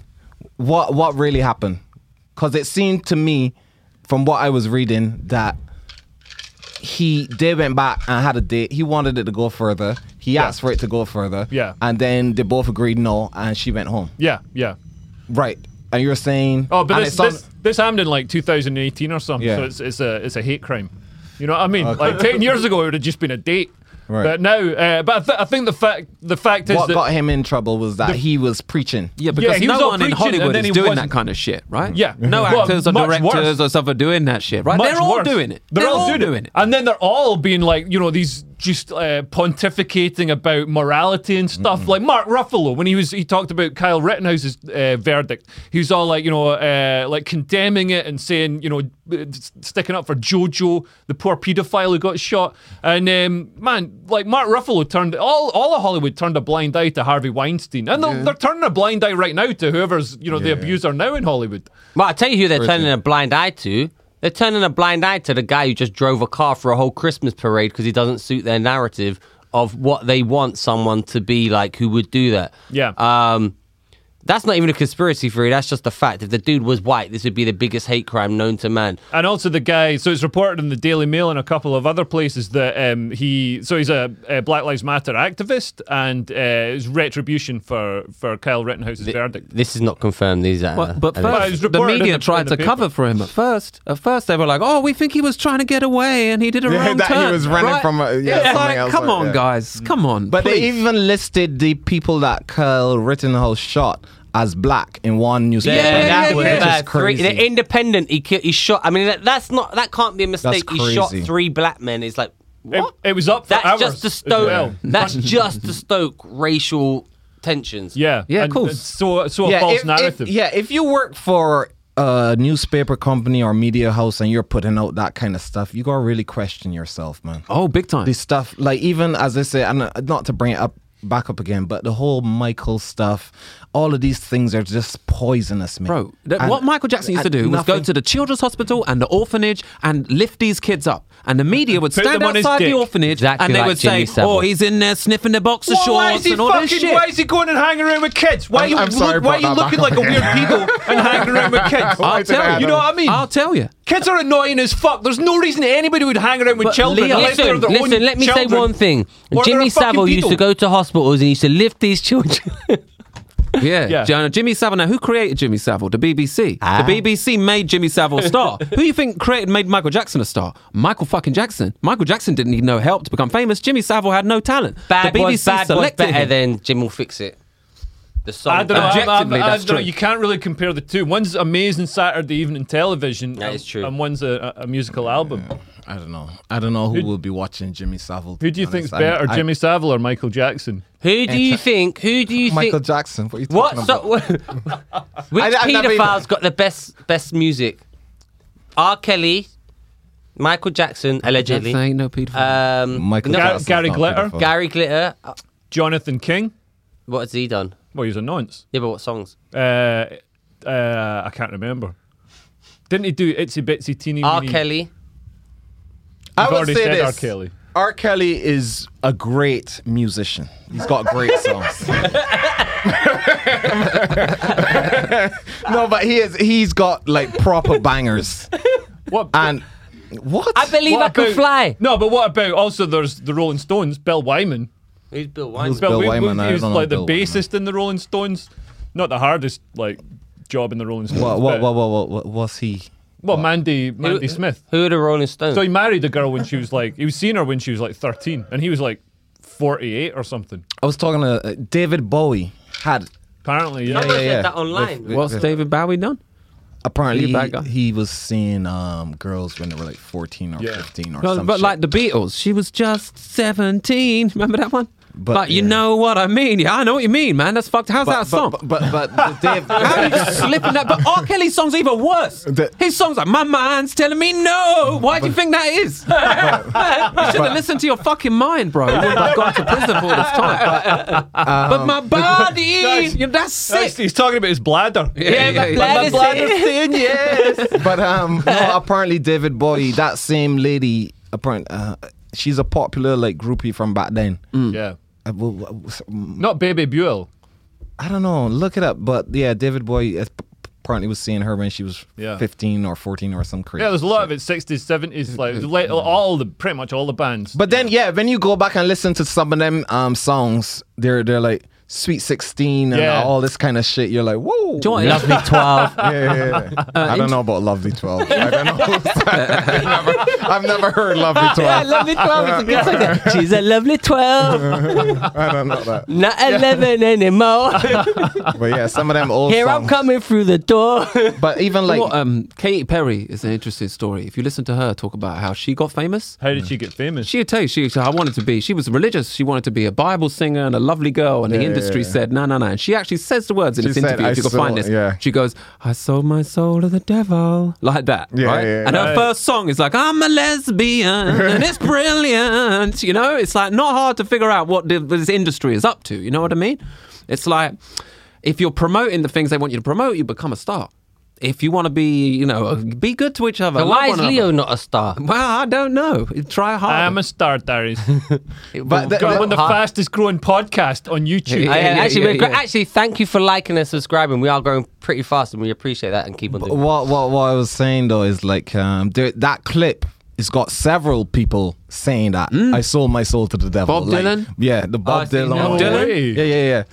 D: what what really happened? Because it seemed to me, from what I was reading, that he they went back and had a date. He wanted it to go further. He asked for it to go further.
C: Yeah.
D: And then they both agreed no, and she went home.
C: Yeah, yeah.
D: Right. And you're saying,
C: Oh, but
D: Mm-hmm. and
C: this,
D: it's on-
C: this this happened in like 2018 or something.
D: Yeah.
C: So it's it's a it's a hate crime. You know what I mean? Like ten years ago, it would have just been a date.
D: Right.
C: But now, uh, but I, th- I think the fact the fact is
D: what
C: that
D: got him in trouble was that he was preaching.
B: Yeah, because
C: he was
B: no
C: all
B: one in
C: preaching and
B: Hollywood
C: then
B: is
C: he
B: doing
C: wasn't.
B: that kind of shit, right?
C: Yeah.
B: No
C: Well,
B: actors or
C: much
B: directors
C: worse.
B: or stuff are doing that shit, right?
C: much
B: They're all
C: worse.
B: doing it.
C: They're, all, doing, it. and then they're all being like you know these just uh, pontificating about morality and stuff.
B: Mm-hmm.
C: Like Mark Ruffalo when he was he talked about Kyle Rittenhouse's uh, verdict. He was all like you know uh, like condemning it and saying you know uh, s- sticking up for Jojo the poor paedophile who got shot. And um, man, like Mark Ruffalo turned all all of Hollywood turned a blind eye to Harvey Weinstein, and they're, they're turning a blind eye right now to whoever's you know the abuser now in Hollywood.
A: Well, I'll tell you who they're turning a blind eye to They're turning a blind eye to the guy who just drove a car for a whole Christmas parade because he doesn't suit their narrative of what they want someone to be like who would do that.
C: Yeah.
A: Um, that's not even a conspiracy theory. That's just a fact. If the dude was white, this would be the biggest hate crime known to man.
C: And also the guy, so it's reported in the Daily Mail and a couple of other places that um, he, so he's a, a Black Lives Matter activist, and uh, it's retribution for for Kyle Rittenhouse's verdict.
A: This is not confirmed. These are.
D: Uh,
B: But, but
A: I don't-
C: Well, it was
B: first, the
C: reported in
B: media
C: the- in
B: tried
C: the
B: to
C: paper.
B: cover for him at first. At first, they were like, "Oh, we think he was trying to get away, and he did a
D: Yeah,
B: wrong
D: that he
B: turn."
D: was running from a- yeah,
B: It's
D: something
B: like,
D: else,
B: come
D: like,
B: on,
D: yeah. Mm.
B: guys, come on.
D: But they
B: please.
D: even listed the people that Kyle Rittenhouse shot as black in one newspaper.
A: Yeah,
D: Which
A: that
D: is
A: was bad. Three-
D: crazy.
A: the independent. He ki- he shot. I mean, that, that's not that can't be a mistake. He shot
D: crazy.
A: three black men. It's like
C: It,
A: what?
C: it was up for
A: that's
C: hours
A: just to
C: as
A: stoke.
C: well.
A: That's just to stoke racial tensions.
C: Yeah,
B: Yeah, of
C: and-
B: course.
C: and So, so a false
D: if,
C: narrative.
D: If, yeah, if you work for a newspaper company or media house and you're putting out that kind of stuff, you gotta really question yourself, man.
B: oh, big time.
D: The stuff, like even as I say, and uh, not to bring it up back up again, but the whole Michael stuff, all of these things are just poisonous, man.
B: Bro, th-
D: And-
B: what Michael Jackson used to
D: and
B: do was go
D: nothing-
B: to the children's hospital and the orphanage and lift these kids up. And the media would
C: Put
B: stand
C: them on his
B: outside the
C: dick.
B: orphanage
A: Exactly
B: and they
A: like
B: would
A: Jimmy
B: say,
A: Savile.
B: oh, he's in there sniffing the boxer
C: Well, why
B: shorts
C: is he
B: and all this
C: fucking?
B: shit.
C: Why is he going and hanging around with kids? Why
D: I'm-
C: you
D: I'm sorry,
C: look, why
D: brought
C: you
D: that back
C: looking
D: up
C: like a weird pedo and hanging around with kids?
D: Why
B: I'll
D: did I
B: tell you.
D: have
C: You know what I mean?
B: I'll tell you.
C: Kids are annoying as fuck. There's no reason anybody would hang around with
B: But
C: children.
B: Leo-
C: unless
A: Listen,
C: they're their
A: listen,
C: own
A: let me say
C: children.
A: one thing.
C: Or they're
A: Jimmy
C: a fucking
A: Savile used to
C: pedo.
A: go to hospitals and he used to lift these children.
B: Yeah,
C: Yeah.
B: Jonah- Jimmy Savile. Now, who created Jimmy Savile? The BBC.
A: Ah.
B: The BBC made Jimmy Savile a star. who do you think created made Michael Jackson a star? Michael fucking Jackson. Michael Jackson didn't need no help to become famous. Jimmy Savile had no talent.
A: bad
B: the BBC
A: was bad was
B: selected
A: better
B: him.
A: than Jim will fix it. The song.
C: I don't know. I'm- I'm-
B: Objectively,
C: I
B: that's
C: don't know.
B: true.
C: You can't really compare the two. One's amazing Saturday evening television.
A: That
C: and-
A: is true.
C: And one's a, a a musical album.
D: I don't know. I don't know who will be watching Jimmy Savile. to
C: Who do you
D: be
C: think's
D: honest. I-
C: better,
D: I-
C: Jimmy Savile or Michael Jackson?
A: Who do you think? Who do you
D: Michael
A: think?
D: Jackson. What are you talking
A: What?
D: about?
A: So, which
D: I- I've never even-
A: paedophile's got the best best music? R. Kelly, Michael Jackson, allegedly.
B: Jackson ain't no pedophile.
A: Um,
D: Michael
A: no,
D: Jackson's
C: Gary
D: not
C: Glitter?
D: beautiful.
A: Gary Glitter. uh,
C: Jonathan King?
A: What has he done?
C: Well, he's a nonce.
A: Yeah, but what songs?
C: Uh, uh, I can't remember. Didn't he do Itsy Bitsy Teeny
A: R.
C: Weeny?
A: Kelly.
D: I
C: You've
D: would
C: already
D: say
C: said
D: this.
C: R. Kelly.
D: R. Kelly is a great musician. He's got great songs. no, but he is. He's got like proper bangers.
C: What?
D: And what?
A: I believe
C: what
A: I can
C: about-
A: fly.
C: No, but what about also there's the Rolling Stones, Bill Wyman.
A: Who's Bill Wyman?
D: Bill
C: Wy-
D: Wyman, I
C: he was
D: don't know
C: like the
D: Bill Wyman.
C: bassist in the Rolling Stones. Not the hardest like job in the Rolling Stones.
D: what, what,
C: but-
D: what, what, what, what was he?
C: Well, Mandy Mandy
A: Who-
C: Smith.
A: Who are the Rolling Stones?
C: So he married a girl when she was like he was seeing her when she was like 13, and he was like 48 or something.
D: I was talking to uh, David Bowie. Had
C: Apparently, yeah.
A: Yeah, yeah, said that online.
B: What's David Bowie done?
D: apparently
B: He a bad
D: he,
B: guy.
D: he was seeing um, girls when they were like fourteen or
C: Yeah.
D: fifteen or
B: No,
D: something.
B: but like the Beatles, she was just 17. Remember that one? But
D: But,
B: like, you
D: yeah.
B: know what I mean. Yeah, I know what you mean, man. That's fucked. How's that
D: but,
B: song?
D: but, but, but, but Dave,
B: How are you just slipping that? But R. Kelly's song's even worse.
D: The-
B: His song's like, My mind's telling me no. Why do you think that is? you should have listened to your fucking mind, bro. You would have gone to prison for all this time. but my body, you- that's
C: That's-
B: sick.
C: Oh, he's talking about his bladder.
B: Yeah, yeah, yeah.
A: bladder's
C: thin, yes.
D: but um, no, apparently David Bowie, that same lady, apparent, uh, she's a popular like groupie from back then.
C: Hmm. yeah,
D: Uh, w- w- w-
C: not Baby Buell.
D: I don't know. Look it up. But yeah, David Bowie uh, p- apparently was seeing her when she was
C: Yeah.
D: fifteen or fourteen or some crazy.
C: Yeah, there's a lot of it. 60s, 70s, like le- all the pretty much all the bands.
D: But then yeah, when you go back and listen to some of them um songs, they're they're like Sweet Sixteen and
C: Yeah.
D: all this kind of shit. You're like, whoa.
B: Do you know what-
A: Lovely 12.
D: yeah, yeah,
A: Uh,
D: yeah. I don't know about Lovely Twelve. I don't know. I've, never, I've never heard Lovely Twelve.
A: lovely 12 is a good song. She's a lovely 12,
D: I don't know that.
A: not 11 anymore.
D: But yeah, some of them old
A: Here
D: songs.
A: I'm uh, coming through the door.
D: But even like
B: Well, um, Katy Perry is an interesting story. If you listen to her talk about how she got famous,
C: How did she get famous?
B: She'd tell you, she, she- I wanted to be, she was religious. She wanted to be a Bible singer and a lovely girl. And the
D: Yeah,
B: industry
D: yeah, yeah.
B: said, no, no, no. And she actually says the words in
D: She
B: this
D: said,
B: interview.
D: "I
B: if you can find
D: sold-"
B: this,
D: yeah.
B: she goes, I sold my soul to the devil. Like that.
D: Yeah,
B: right?
D: yeah,
B: and her
C: yeah.
B: first song is like, I'm a lesbian and it's brilliant. You know, it's like not hard to figure out what the, this industry is up to. You know what I mean? It's like, if you're promoting the things they want you to promote, you become a star. if you want to be, you know, be good to each other.
A: So
B: love
A: why is
B: one another.
A: Leo not a star?
B: Well, I don't know. Try hard.
C: I am a star, Darius.
D: But the-
C: Got one of the
A: Huh?
C: fastest growing podcast on YouTube.
A: I-
B: Yeah, yeah,
A: actually,
B: yeah,
A: we're gr-
B: yeah.
A: actually, thank you for liking and subscribing. We are growing pretty fast, and we appreciate that. And keep on doing.
D: what what what I was saying though is like um, there, that clip. It's got several people saying that
A: Mm.
D: I sold my soul to the devil.
B: Bob
D: Like,
B: Dylan?
D: yeah, the Bob
A: Oh, see,
D: Dylan.
A: no
D: one.
C: Dylan? way.
D: Yeah, yeah, yeah.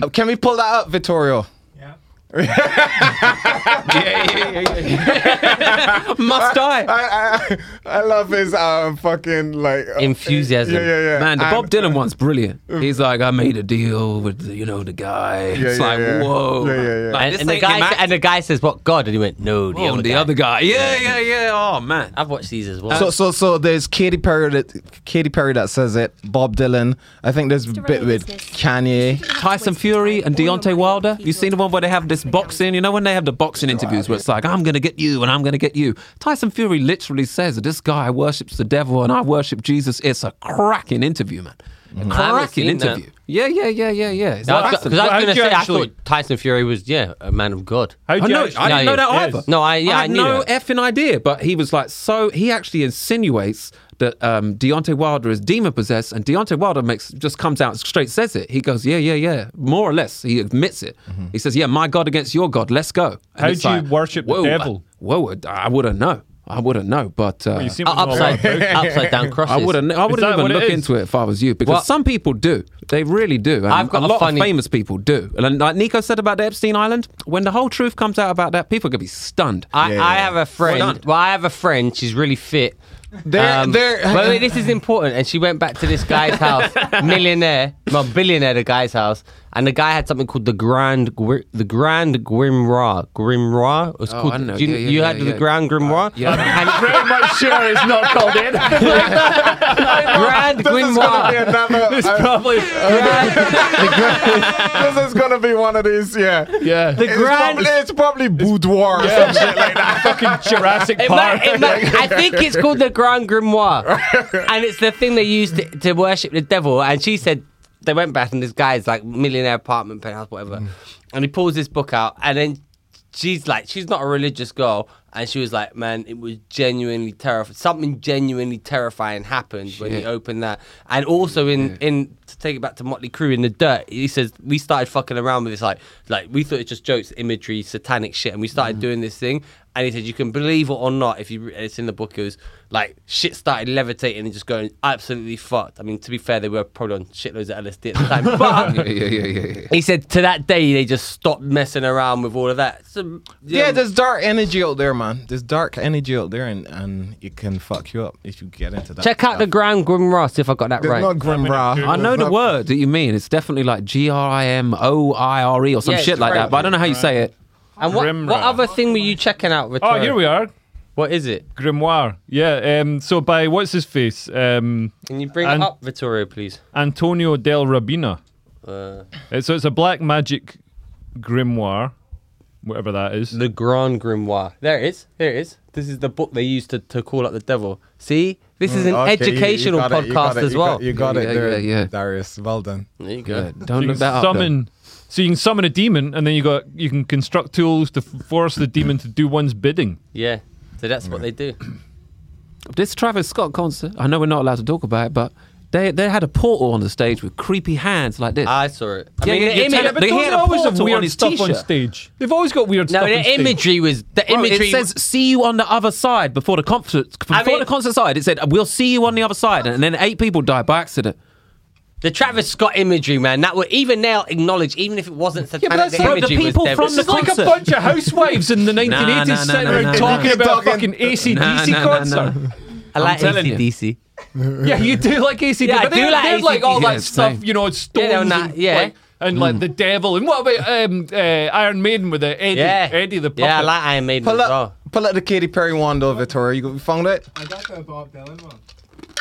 D: Uh, Can we pull that up, Vittorio?
E: Yeah.
B: Must I?
D: I, I, I love his um, fucking like uh,
A: Enthusiasm.
D: Yeah, yeah, yeah.
B: Man, the
D: And- Mm.
B: Bob Dylan one's brilliant. He's like, I made a deal with the, you know the guy. it's
D: yeah,
B: like,
D: yeah.
B: whoa.
D: Yeah, yeah, yeah.
B: Like,
A: And,
B: this
A: and the
B: ain't him
A: guy
B: acting.
A: and the guy says, "What God?" And he went, "No, the,
B: Oh,
A: other,
B: the
A: guy.
B: other guy. Yeah, yeah, yeah. Oh man.
A: I've watched these as well.
D: So, so, so there's Katy Perry that Katy Perry that says it. Bob Dylan. I think there's a bit with Kanye.
B: Tyson Fury and Deontay Wilder. You seen the one where they have this boxing? You know when they have the boxing interviews where it's like, I'm gonna get you and I'm gonna get you. Tyson Fury literally says that this guy worships the devil and I worship Jesus. It's a cracking interview, man. A cracking
A: seen that.
B: interview. Yeah, yeah, yeah, yeah, yeah. It's like-
A: because I
C: Well,
A: was
C: how'd
A: going to
C: you
A: say, I
C: actually-
A: thought Tyson Fury was, yeah, a man of God.
C: How
B: I
C: do you
B: know.
C: actually-
B: Oh, I didn't
A: Yeah,
B: know that
A: yeah.
B: either.
A: No, I- yeah,
B: I
A: I
B: had
A: knew
B: no
A: that.
B: effing idea. But he was like, so he actually insinuates that um, Deontay Wilder is demon possessed, and Deontay Wilder makes just comes out straight says it. He goes, yeah, yeah, yeah, more or less. He admits it. He says, yeah, my God against your God, let's go. And
C: Mm-hmm. How
B: it's
C: do you worship the
B: whoa,
C: devel?
B: I- whoa, I- I wouldn't know. I wouldn't know, but uh,
C: You see
A: Uh,
C: what I'm all
A: upside,
C: about.
A: upside down crosses.
B: I wouldn't. I wouldn't
C: that
B: even
C: what it
B: look
C: is?
B: into it if I was you, because
A: Well-
B: some people do. They really do. And
A: I've got
B: a
A: a
B: lot
A: funny-
B: of famous people do. And like Nico said about the Epstein Island, when the whole truth comes out about that, people are gonna be stunned.
A: I,
D: Yeah,
A: I
D: yeah.
A: have a friend.
B: Well
A: Well,
B: done.
A: I have a friend. She's really fit. Um,
D: They're- they're-
A: but wait, this is important. And she went back to this guy's house, millionaire, well, billionaire, the guy's house, and the guy had something called the Grand, Gri- the Grand Grimoire. Grimoire. It's
B: Oh,
A: called.
B: I know.
A: Do you,
B: Yeah, yeah,
A: you
B: yeah,
A: heard of
B: yeah.
A: the Grand Grimoire?
B: yeah.
A: And
C: Pretty much sure it's not called anything.
A: Grand
D: This is gonna be
A: Grimoire.
D: another.
C: It's
D: uh,
C: probably
D: this is gonna be one of these. Yeah.
C: yeah.
A: The
D: It's,
A: Grand.
D: probably, it's probably boudoir or
C: Yeah.
D: some shit like that.
C: fucking Jurassic
A: It
C: Park.
A: might- it might- I think it's called the Grand Grimoire, and it's the thing they use to, to worship the devil. And she said they went back and this guy's like millionaire apartment penthouse, whatever,
C: Mm.
A: and he pulls this book out, and then she's like, she's not a religious girl, and she was like, man, it was genuinely terrifying. Something genuinely terrifying happened when he
B: Shit.
A: opened that, and also in in to take it back to Motley Crue in the dirt, he says we started fucking around with this like like we thought it just jokes, imagery, satanic shit, and we started doing this thing. And he said you can believe it or not. If you it's in the book, it was like shit started levitating and just going absolutely fucked. I mean, to be fair, they were probably on shitloads of LSD at the time, but.
B: yeah, yeah, yeah, yeah, yeah.
A: He said to that day they just stopped messing around with all of that. So,
D: Yeah, there's dark energy out there, man. There's dark energy out there, and, and it can fuck you up if you get into that.
A: check out the
D: stuff.
A: Grand Grim Ross if I got that
D: It's
A: right.
D: not grim, bro.
B: I know the word that you mean. It's definitely like G R I M O I R E or some
A: Yeah,
B: shit
A: it's
B: like that.
A: right.
B: But I don't know how you say it.
A: and what,
C: Grim
A: what
C: Ross.
A: other thing were you checking out?
C: Oh, here we are.
A: What is it?
C: Grimoire. Yeah. Um, so by what's his face? Um,
A: Can you bring
C: And-
A: it up, Vittorio, please?
C: Antonio del Rabina.
A: Uh,
C: Uh, So it's a black magic grimoire, whatever that is.
A: The Grand Grimoire. There it is. There it is. This is the book they used to, to call up the devil. See? This is an
D: Mm, Okay, you- you
A: educational
D: got it, you got
A: podcast
D: it,
A: as
D: you
A: well.
D: got- You got
B: Yeah,
D: it there,
B: yeah, yeah.
D: Darius. Well done.
A: there you go.
B: Yeah, don't
C: You
B: look
C: can
B: that up. though.
C: summon. So you can summon a demon, and then you got you can construct tools to f- force the demon to do one's bidding.
A: Yeah. So that's
D: Mm.
A: what they do.
B: this Travis Scott concert, I know we're not allowed to talk about it, but they they had a portal on the stage with creepy hands like this.
A: I saw it. I
B: Yeah,
A: mean,
B: yeah,
A: the
B: you're
A: image-
B: telling- but
A: the-
B: he had a portal on his
C: stuff on
B: t-shirt.
C: stage. They've always got weird
A: no,
C: stuff. on
A: the
C: stage.
A: imagery was the
B: Bro,
A: imagery.
B: it says "see you on the other side" before the concert. Before
A: I mean-
B: the concert side, it said "we'll see you on the other side," and then eight people died by accident.
A: the Travis Scott imagery, man. That would even they'll acknowledge, even if it wasn't satanic.
B: that's-
A: the
B: Bro, the
A: imagery was
B: people
A: there.
B: from
A: It's
B: the
A: just like-
C: Like a
B: concert.
C: bunch of housewives in the 1980s
B: nah,
C: sitting
B: nah,
C: around
B: nah, nah,
C: talking
D: nah.
C: about a
D: Talking-
C: fucking ACDC
B: Nah, nah, nah,
C: concert.
B: nah.
A: I like
B: telling you.
A: ACDC.
C: Yeah, you do like ACD,
A: Yeah, I
C: but
A: do
C: they
A: like
C: like, they like
A: AC/DC.
C: all
B: Yeah,
C: that stuff,
B: same.
C: you know, it's
A: Yeah,
C: stones
A: they're not-
C: and,
A: yeah.
C: like, and
B: Mm.
C: like the devil. And what about um, uh, Iron Maiden with the Eddie,
A: Yeah.
C: Eddie the puppet?
A: yeah, I like Iron Maiden as
D: Pull up,
A: well.
D: pull up the Katy Perry one, though, Vittoria. You got- you found it?
E: I got the Bob Dylan one.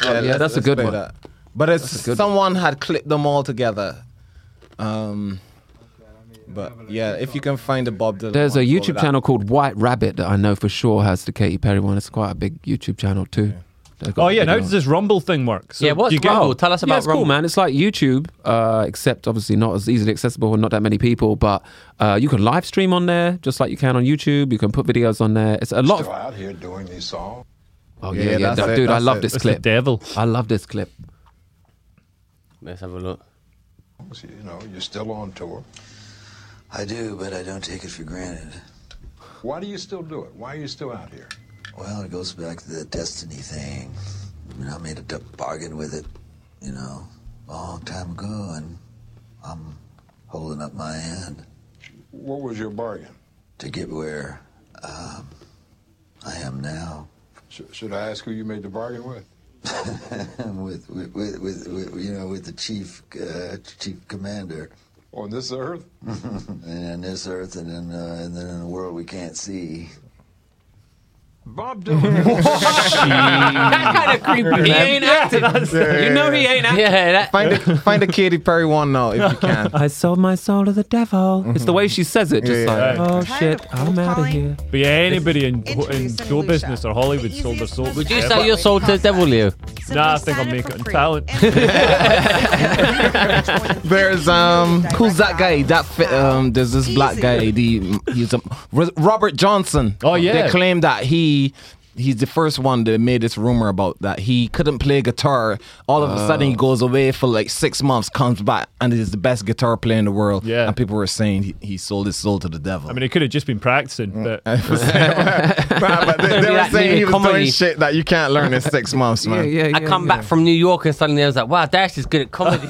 B: yeah,
D: let's-
B: that's a
D: let's
B: good
D: play
B: one.
D: that. But it's
B: a good
D: someone had clipped them all together.
E: Yeah,
D: Um,
E: I mean,
D: but
E: I'll have a
D: yeah,
E: look.
D: if you can find the Bob Dylan.
B: There's a
D: one, pull it
B: YouTube
D: up.
B: channel called White Rabbit that I know for sure has the Katy Perry one. It's quite a big YouTube channel too. They've got
C: Oh
B: a
C: yeah,
B: big
C: now how
B: army.
C: does this Rumble thing work? So
A: Yeah, what's
C: do you get-
A: Rumble? Tell us
B: Yeah,
A: about
B: it's
A: Rumble.
B: cool, man. It's like YouTube, uh, except obviously not as easily accessible and not that many people. But uh, you can live stream on there just like you can on YouTube. You can put videos on there. It's a lot.
F: Still
B: Of,
F: out here doing these songs.
B: oh
D: Yeah,
B: yeah, yeah,
D: that's it,
B: dude, I
D: that's
B: love
D: it.
B: this
C: It's the
B: clip.
C: devil.
B: I love this clip.
A: Let's have a look.
F: You know, you're still on tour.
G: I do, but I don't take it for granted.
F: Why do you still do it? Why are you still out here?
G: Well, it goes back to the destiny thing. I mean, I made a d- bargain with it, you know, a long time ago, and I'm holding up my end
F: What was your bargain?
G: to get where um, I am now.
F: Sh- should I ask who you made the bargain with?
G: with, with, with, with, with, you know, with the chief, uh, chief commander,
F: On this earth?
G: and in this earth, and in, uh, and then in a world we can't see.
F: Bob Dylan.
B: Kind of creepy. He ain't acting. You know he ain't acting.
A: Yeah, that,
D: Find a, find a Katy Perry one now if you can.
B: I sold my soul to the devil. It's the way she says it. Just
D: Yeah,
B: like,
C: yeah.
B: oh
H: Tired
B: shit,
H: of cold
B: I'm out of
H: calling?
B: here.
C: But yeah, anybody in, in
H: Introducing
C: show
H: Lucia,
C: business or Hollywood
H: the
C: sold their
H: easiest
C: soul.
H: person
A: would
C: to
A: you
C: the
A: sell
C: devil.
A: your soul to the devil, Leo?
C: Nah, I think I'll make it in talent.
D: There's um, who's that guy? That fi- um, there's this black guy. The he's a Ro- Robert Johnson.
C: Oh, yeah.
D: They claim that he. He's the first one that made this rumor about that he couldn't play guitar. All of a sudden, he goes away for like six months, comes back, and is the best guitar player in the world.
C: Yeah.
D: and people were saying he, he sold his soul to the devil.
C: I mean, he could have just been practicing,
H: Mm.
C: but
D: Nah, but they, they were
A: Like
D: saying he
A: maybe
D: was
A: comedy.
D: doing shit that you can't learn in six months, man.
A: I come back from New York and suddenly I was like, wow, Dash is good at comedy.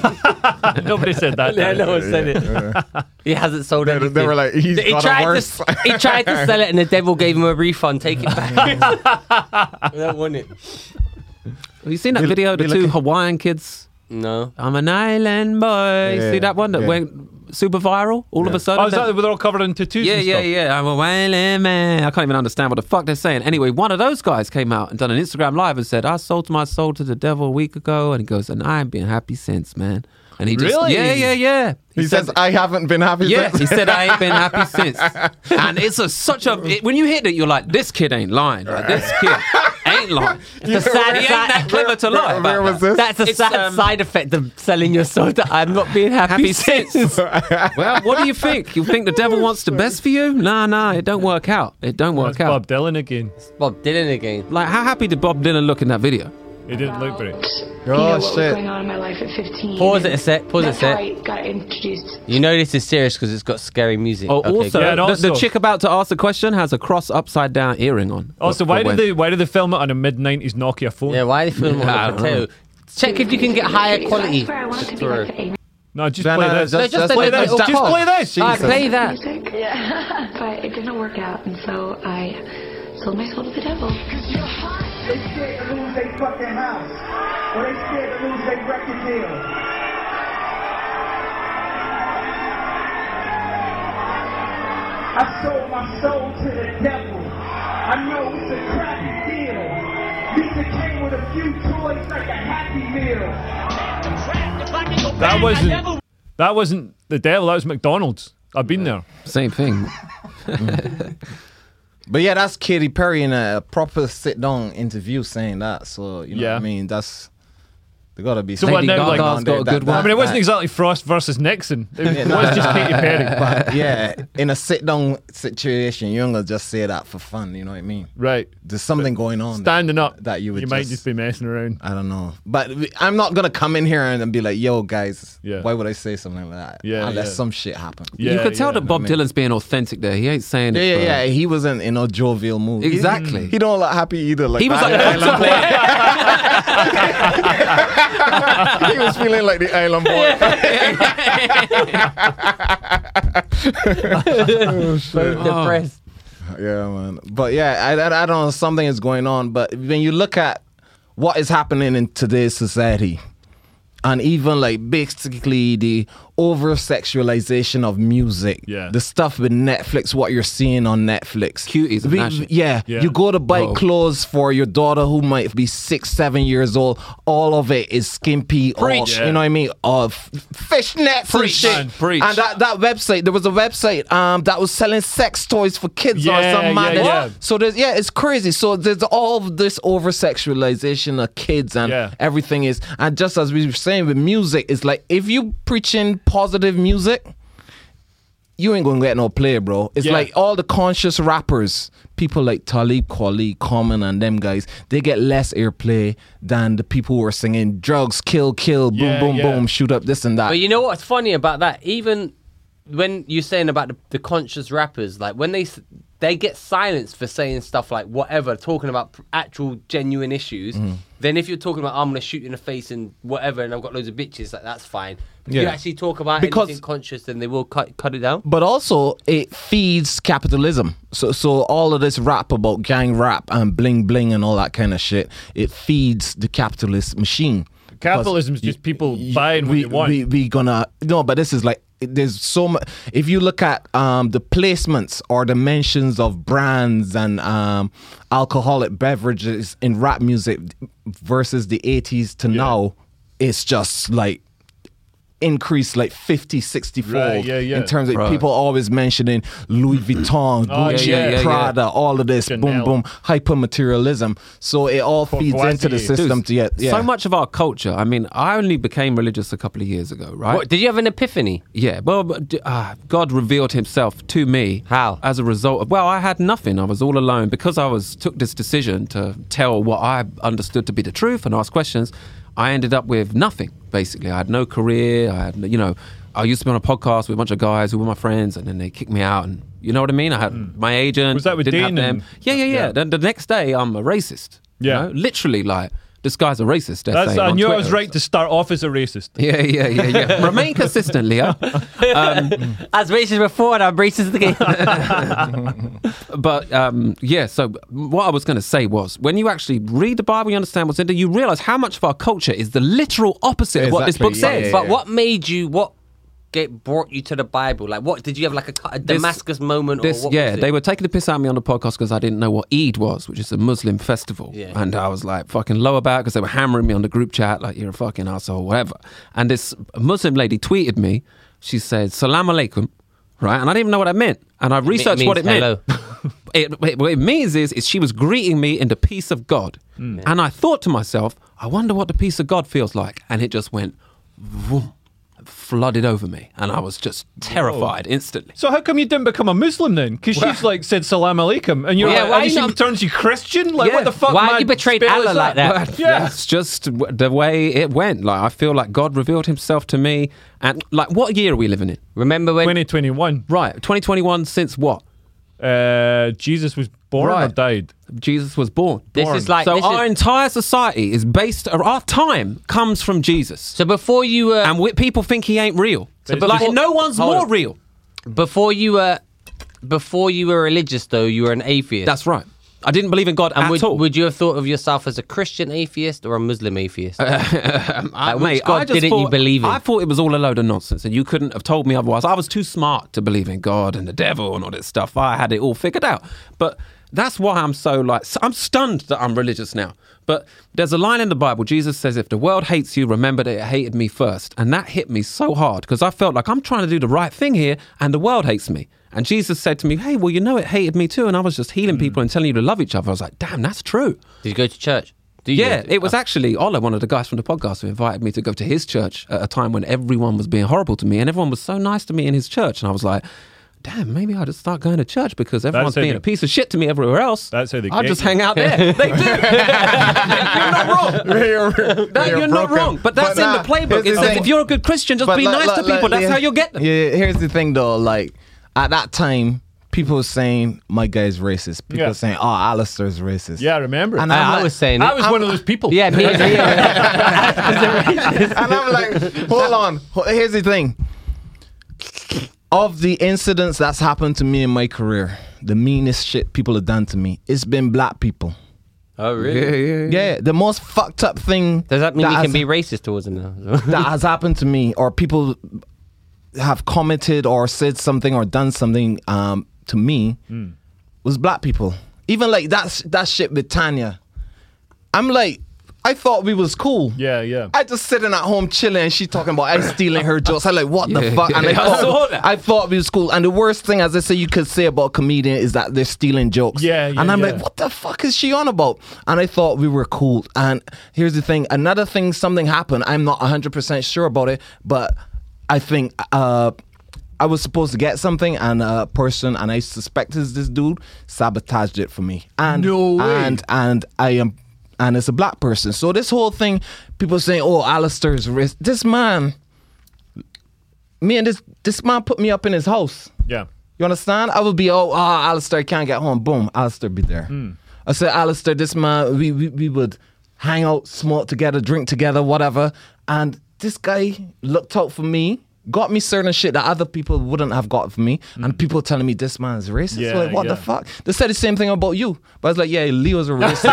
C: nobody said that.
A: yeah,
C: did they?
A: no one said it. he hasn't sold
D: they
A: anything.
D: were like, "He's
A: he
D: got a
A: tried
D: worse."
A: to he tried to sell it, and the devil gave him a refund. Take it back. I don't want it.
B: Have you seen that video? of The two Hawaiian kids.
A: No.
B: I'm an island boy.
D: Yeah,
B: See that one that
D: yeah.
B: went super viral all of a sudden?
C: Oh, is that where they're all covered in tattoos?
B: Yeah,
C: and
B: yeah,
C: stuff?
B: yeah. I'm a wailing man. I can't even understand what the fuck they're saying. Anyway, one of those guys came out and done an Instagram live and said, "I sold my soul to the devil a week ago," and he goes, "And I've been happy since, man." And he just,
C: Really?
B: yeah, yeah, yeah.
D: He, says, "I haven't been happy."
B: yeah,
D: since."
B: he said I ain't been happy since, and it's a such a it- when you hear that you're like this kid ain't lying, Like, this kid ain't lying.
A: The sad
B: He ain't
A: side-
B: that clever to lie.
D: where,
B: about
D: where
B: that.
D: was this?
A: That's a
B: It's,
A: sad
B: um,
A: side effect of selling your soul. That I'm not being happy,
B: happy since.
A: since.
B: well, what do you think? You think the devil wants the best for you? Nah, nah, it don't work out. It don't work
C: That's
B: out.
C: Bob Dylan again.
A: Bob Dylan again.
B: Like, how happy did Bob Dylan look in that video?
C: He didn't look very.
D: Oh,
I: you know what was
D: shit.
I: going on in my life at 15.
A: Pause it a sec, pause it a
I: That's how
A: sec.
I: I got introduced.
A: You know this is serious because it's got scary music.
B: Oh,
A: Okay,
B: also,
A: good.
C: Yeah, and
B: the- The,
C: also-
B: chick about to ask the question has a cross upside down earring on. For-
C: Also, Oh, why
B: for
C: did
B: when-
C: they why did they film it on a mid '90s Nokia phone?
A: yeah. Why are they filming it
B: I
A: on a
B: don't
A: potato?
B: know.
A: Check if you can get higher quality.
I: I swear I wanted to be
A: through.
I: like the Amy
C: No, just
D: No,
C: play
D: no, no,
C: this.
D: just-
A: just
C: play
A: a
C: this.
A: little
C: Just
A: cock.
C: play this.
A: I play that.
I: music. But it didn't work out, and so I sold my soul to the devil.
J: They scared to lose their fucking house. Or they scared to lose their record deal. I sold my soul to the devil. I know it's a crappy deal. Lisa came with a few toys like a Happy Meal.
C: That wasn't that wasn't the devil. That was McDonald's. I've been there.
B: Same thing.
D: But yeah, that's Katy Perry in a proper sit down interview saying that. So you know
C: Yeah.
D: what I mean? That's they gotta be.
C: So what
D: something
C: now,
D: going
C: like-
D: on
B: Gaga's got
D: there
B: a
D: that-
B: good
D: that-
B: one.
C: I mean, it wasn't
D: that-
C: exactly Frost versus Nixon. It
D: no,
C: was just Katy Perry.
D: But yeah, in a sit down situation, you don't gonna just say that for fun. You know what I mean?
C: Right.
D: There's something going on. there
C: Standing up,
D: that you would
C: you
D: just,
C: might just be messing around.
D: I don't know, but we- I'm not gonna come in here and and be like, "Yo, guys,
C: Yeah.
D: why would I say something like that?"
C: Yeah,
D: unless
C: yeah.
D: some shit happened.
C: Yeah,
B: you could tell
C: yeah.
B: that Bob Dylan's being authentic there. He ain't saying
D: Yeah,
B: it.
D: yeah,
B: for-
D: yeah. He wasn't in a jovial mood. He-
B: Exactly.
D: He, don't look happy either. Like
B: He was
D: the
B: like,
D: island boy. he was feeling like the island boy.
A: So depressed.
D: yeah, man. But yeah, I, I, I don't know. Something is going on. But when you look at what is happening in today's society, and even like basically the over sexualization of music.
C: Yeah.
D: The stuff with Netflix, what you're seeing on Netflix.
B: Cuties and
D: We-
B: that shit.
D: yeah.
C: Yeah.
D: You go to buy
B: Whoa.
D: clothes for your daughter who might be six, seven years old. All of it is skimpy. all-
B: Preach.
D: You know what I mean? Of fishnets and
B: Preach,
D: shit.
B: man, preach.
D: And that, that website, there was a website um, that was selling sex toys for kids
C: Yeah,
D: or some
C: yeah,
D: madness.
C: yeah.
D: So there's yeah, it's crazy. So there's all of this over sexualization of kids and
C: Yeah.
D: everything is and just as we were saying with music, it's like if you preaching positive music, you ain't gonna get no play, bro. It's
C: Yeah.
D: like all the conscious rappers, people like Talib Kweli, Common, and them guys, they get less airplay than the people who are singing drugs, kill, kill, boom,
C: Yeah,
D: boom,
C: yeah.
D: boom, shoot up this and that.
A: But you know what's funny about that? Even when you're saying about the, the conscious rappers, like when they s- they get silenced for saying stuff like whatever, talking about pr- actual genuine issues,
B: Mm-hmm.
A: then if you're talking about I'm gonna shoot you in the face and whatever, and I've got loads of bitches, like that's fine. But if you
D: Yeah.
A: actually talk about
D: Because-
A: anything conscious, then they will cut cut it down.
D: but also it feeds capitalism. So so all of this rap about gang rap and bling bling and all that kind of shit, it feeds the capitalist machine.
C: Capitalism's
D: Because
C: just people
D: y-
C: buying what
D: we,
C: they want.
D: We, we gonna no, but this is like there's so much. If you look at um, the placements or the mentions of brands and um, alcoholic beverages in rap music versus the 80s to now, it's just like increased like 50 60 fold
C: Right, yeah, yeah.
D: in terms of
B: Right.
D: people always mentioning Louis Vuitton,
C: Oh,
D: Gucci,
B: yeah, yeah, yeah.
D: Prada, all of this
C: Chanel.
D: boom boom hyper materialism. So it all feeds into the
C: Courvoisier. Dude,
D: system to get yeah.
B: So much of our culture. I mean, I only became religious a couple of years ago, right?
A: What, did you have an epiphany?
B: Yeah, well, but, d- ah, God revealed Himself to me.
A: How?
B: As a result of, well, I had nothing. I was all alone because I was took this decision to tell what I understood to be the truth and ask questions. I ended up with nothing. Basically, I had no career. I had, no- you know, I used to be on a podcast with a bunch of guys who were my friends, and then they kicked me out. And you know what I mean? I had my agent.
C: Hmm. Was that with
B: didn't have
C: Dean
B: them.
C: and-
B: Yeah, yeah, yeah.
C: Yeah.
B: Then the next day, I'm a racist. you
C: Yeah.
B: know? literally, like this guy's a racist. they're
C: That's,
B: saying
C: I
B: on
C: knew I
B: Twitter.
C: was right to start off as a racist.
B: Yeah, yeah, yeah, yeah. Remain consistent, Leah.
A: As racist before, and I'm racist again.
B: but um, yeah, so what I was going to say was when you actually read the Bible, you understand what's in there, you realize how much of our culture is the literal opposite of what this book
D: Exactly, yeah,
B: says.
D: yeah,
A: but what made you? What get brought you to the Bible? Like, what did you have like a, cu- a
B: This-
A: Damascus moment?
B: This,
A: or what
B: yeah,
A: was it?
B: they were taking the piss out of me on the podcast because I didn't know what Eid was, which is a Muslim festival.
A: Yeah.
B: And I was like fucking low about because they were hammering me on the group chat, like, you're a fucking asshole, whatever. And this Muslim lady tweeted me, she said, Salam alaikum, right? And I didn't even know what that meant. And I researched what it
A: means
B: meant.
A: hello.
B: it, it- what it means is, is she was greeting me in the peace of God.
A: Mm.
B: And I thought to myself, I wonder what the peace of God feels like. And it just went, vroom, flooded over me. And I was just terrified instantly.
C: So how come you didn't become a Muslim then? Because she's like said salam alaikum, and you're
A: Yeah,
C: like,
A: why
C: and she
A: not-
C: turns you Christian. Like
B: Yeah.
C: what the fuck?
A: Why
C: man?
A: you betrayed
C: Spell
A: Allah
C: is
A: like that?
C: Yeah.
B: That's just w- the way it went. Like I feel like God revealed Himself to me. And like, what year are we living in?
A: Remember when?
C: 2021.
B: Right, 2021. Since what?
C: Uh, Jesus was born or
B: Right.
C: died.
B: Jesus was born.
A: This is like-
B: so.
A: this
B: our
A: is-
B: entire society is based. Or our time comes from Jesus,
A: so before you uh, were
B: and we, people think He ain't real.
A: So
B: like
A: before-
B: no one's
A: Hold
B: more
A: on.
B: real.
A: before you were before you were religious though you were an atheist.
B: That's right. I didn't believe in God
A: and
B: at
A: would,
B: all.
A: would you have thought of yourself as a Christian atheist or a Muslim atheist?
B: I,
A: Like, which God didn't you
B: thought,
A: believe in?
B: I thought it was all a load of nonsense, and you couldn't have told me otherwise. I was too smart to believe in God and the devil and all this stuff. I had it all figured out. But that's why I'm so like s- I'm stunned that I'm religious now. But there's a line in the Bible. Jesus says, "If the world hates you, remember that it hated me first. And that hit me so hard because I felt like I'm trying to do the right thing here, and the world hates me. And Jesus said to me, "Hey, well, you know it hated me too, and I was just
A: Mm.
B: healing people and telling you to love each other." I was like, "Damn, that's true."
A: Did you go to church? Do you go
B: Yeah,
A: to-
B: it was
C: uh,
B: actually Ola, one of the guys from the podcast, who invited me to go to his church at a time when everyone was being horrible to me and everyone was so nice to me in his church. And I was like, damn, maybe I'll just start going to church because everyone's
C: how
B: being
C: they-
B: a piece of shit to me everywhere else.
C: That's how they
B: I'll
C: get
B: just
C: you.
B: hang out there. they do. you're not wrong.
D: you're,
B: No, you're not wrong. But that's in
D: nah,
B: the playbook.
D: here's
B: It
D: the
B: says
D: thing.
B: if you're a good Christian, just
D: But
B: be
D: like-
B: nice
D: like-
B: to people.
D: like-
B: that's
D: yeah.
B: how you'll get them.
D: Yeah, here's the thing though, like at that time, people were saying my guy's racist. People
C: Yeah.
D: were saying, oh, Alistair's racist.
C: Yeah, I remember.
D: And
A: Uh,
D: I'm
A: I
D: like-
A: was saying
C: I was one of those people.
A: Yeah, me either, yeah.
D: and I'm like, hold on. Ho- Here's the thing. Of the incidents that's happened to me in my career, the meanest shit people have done to me, it's been black people.
A: Oh really?
D: Yeah, the most fucked up thing.
A: Does that mean you
D: has-
A: can be racist towards them now?
D: that has happened to me or people have commented or said something or done something um, to me
C: Hmm.
D: was black people. Even like that's that shit with Tanya. I'm like, I thought we was cool.
C: Yeah, yeah.
D: I just sitting at home chilling, and she talking about I stealing her jokes. I'm like, what the
B: Yeah,
D: fuck? And I
B: yeah, I
D: thought,
B: saw that.
D: I thought we was cool. And the worst thing, as I say, you could say about comedian is that they're stealing jokes.
C: Yeah, yeah,
D: And I'm like,
C: yeah.
D: what the fuck is she on about? And I thought we were cool. And here's the thing: another thing, something happened. I'm not 100 percent sure about it, but I think. uh I was supposed to get something, and a person, and I suspect is this dude, sabotaged it for me. And
C: No way.
D: and and I am and it's a black person. So this whole thing, people saying, "Oh, Alistair is racist." This man, me and this this man put me up in his house.
C: Yeah.
D: You understand? I would be, "Oh, ah, Alistair can't get home." Boom, Alistair be there.
C: Hmm.
D: I said, "Alistair, this man, we, we we would hang out, smoke together, drink together, whatever." And this guy looked out for me. Got me certain shit that other people wouldn't have got for me, and people telling me this man is racist.
C: Hmm. Yeah,
D: like, what the
C: yeah.
D: fuck? They said the same thing about you, but I was like, yeah, Leo's a racist.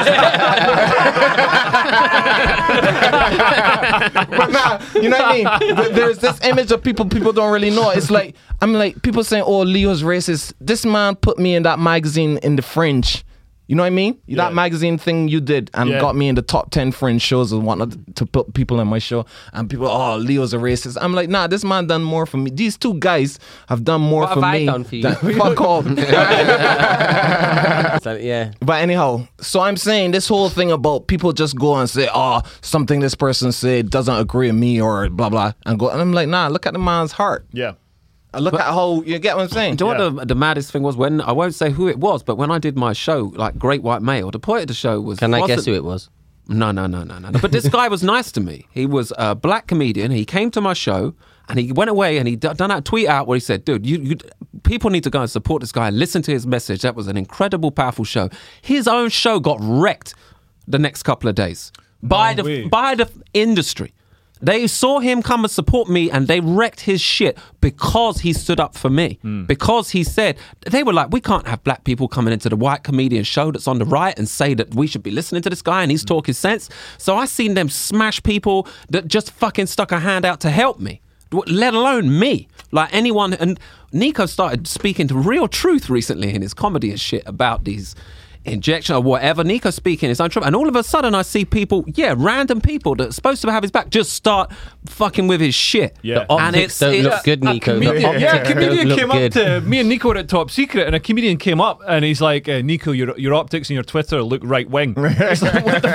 D: but nah, you know what I mean? But There's this image of people people don't really know. It's like I'm like people saying, "Oh, Leo's racist." This man put me in that magazine in the fringe. You know what I mean? That magazine thing you did and
C: Yeah.
D: got me in the top ten fringe shows and whatnot to put people in my show. And people, oh, Leo's a racist. I'm like, nah, this man done more for me. These two guys have done more
A: What
D: for
A: have I
D: me.
A: done for you?
D: than- fuck off.
A: So, yeah.
D: But anyhow, so I'm saying this whole thing about people just go and say, oh, something this person said doesn't agree with me or blah, blah, and go. And I'm like, nah, look at the man's heart.
C: Yeah.
D: I Look at how, you get what I'm saying?
B: Do you know
C: Yeah.
B: what the, the maddest thing was when I won't say who it was, but when I did my show, like Great White Male, the point of the show was.
A: Can I
B: wasn't-
A: guess who it was?
B: No, no, no, no, no. no. But this guy was nice to me. He was a black comedian. He came to my show and he went away and he d- done that tweet out where he said, "Dude, you, you people need to go and support this guy. Listen to his message. That was an incredible, powerful show. His own show got wrecked the next couple of days by
C: No
B: the
C: way.
B: by the industry." They saw him come and support me and they wrecked his shit because he stood up for me. Because he said, they were like, we can't have black people coming into the white comedian show that's on the right and say that we should be listening to this guy and he's talking sense. So I seen them smash people that just fucking stuck a hand out to help me, w- let alone me. Like anyone. And Nico started speaking to real truth recently in his comedy and shit about these injection or whatever. Nico speaking his own trouble, and all of a sudden I see people, yeah, random people that are supposed to have his back just start fucking with his shit.
C: Yeah.
A: The
B: and
A: optics don't look good, Nico. The
C: Comedian,
A: optics
C: yeah, a
A: don't
C: comedian
A: look
C: came
A: good.
C: up to me and Nico were at Top Secret, and a comedian came up and he's like, uh, "Nico, your your optics and your Twitter look right wing." It's like, what the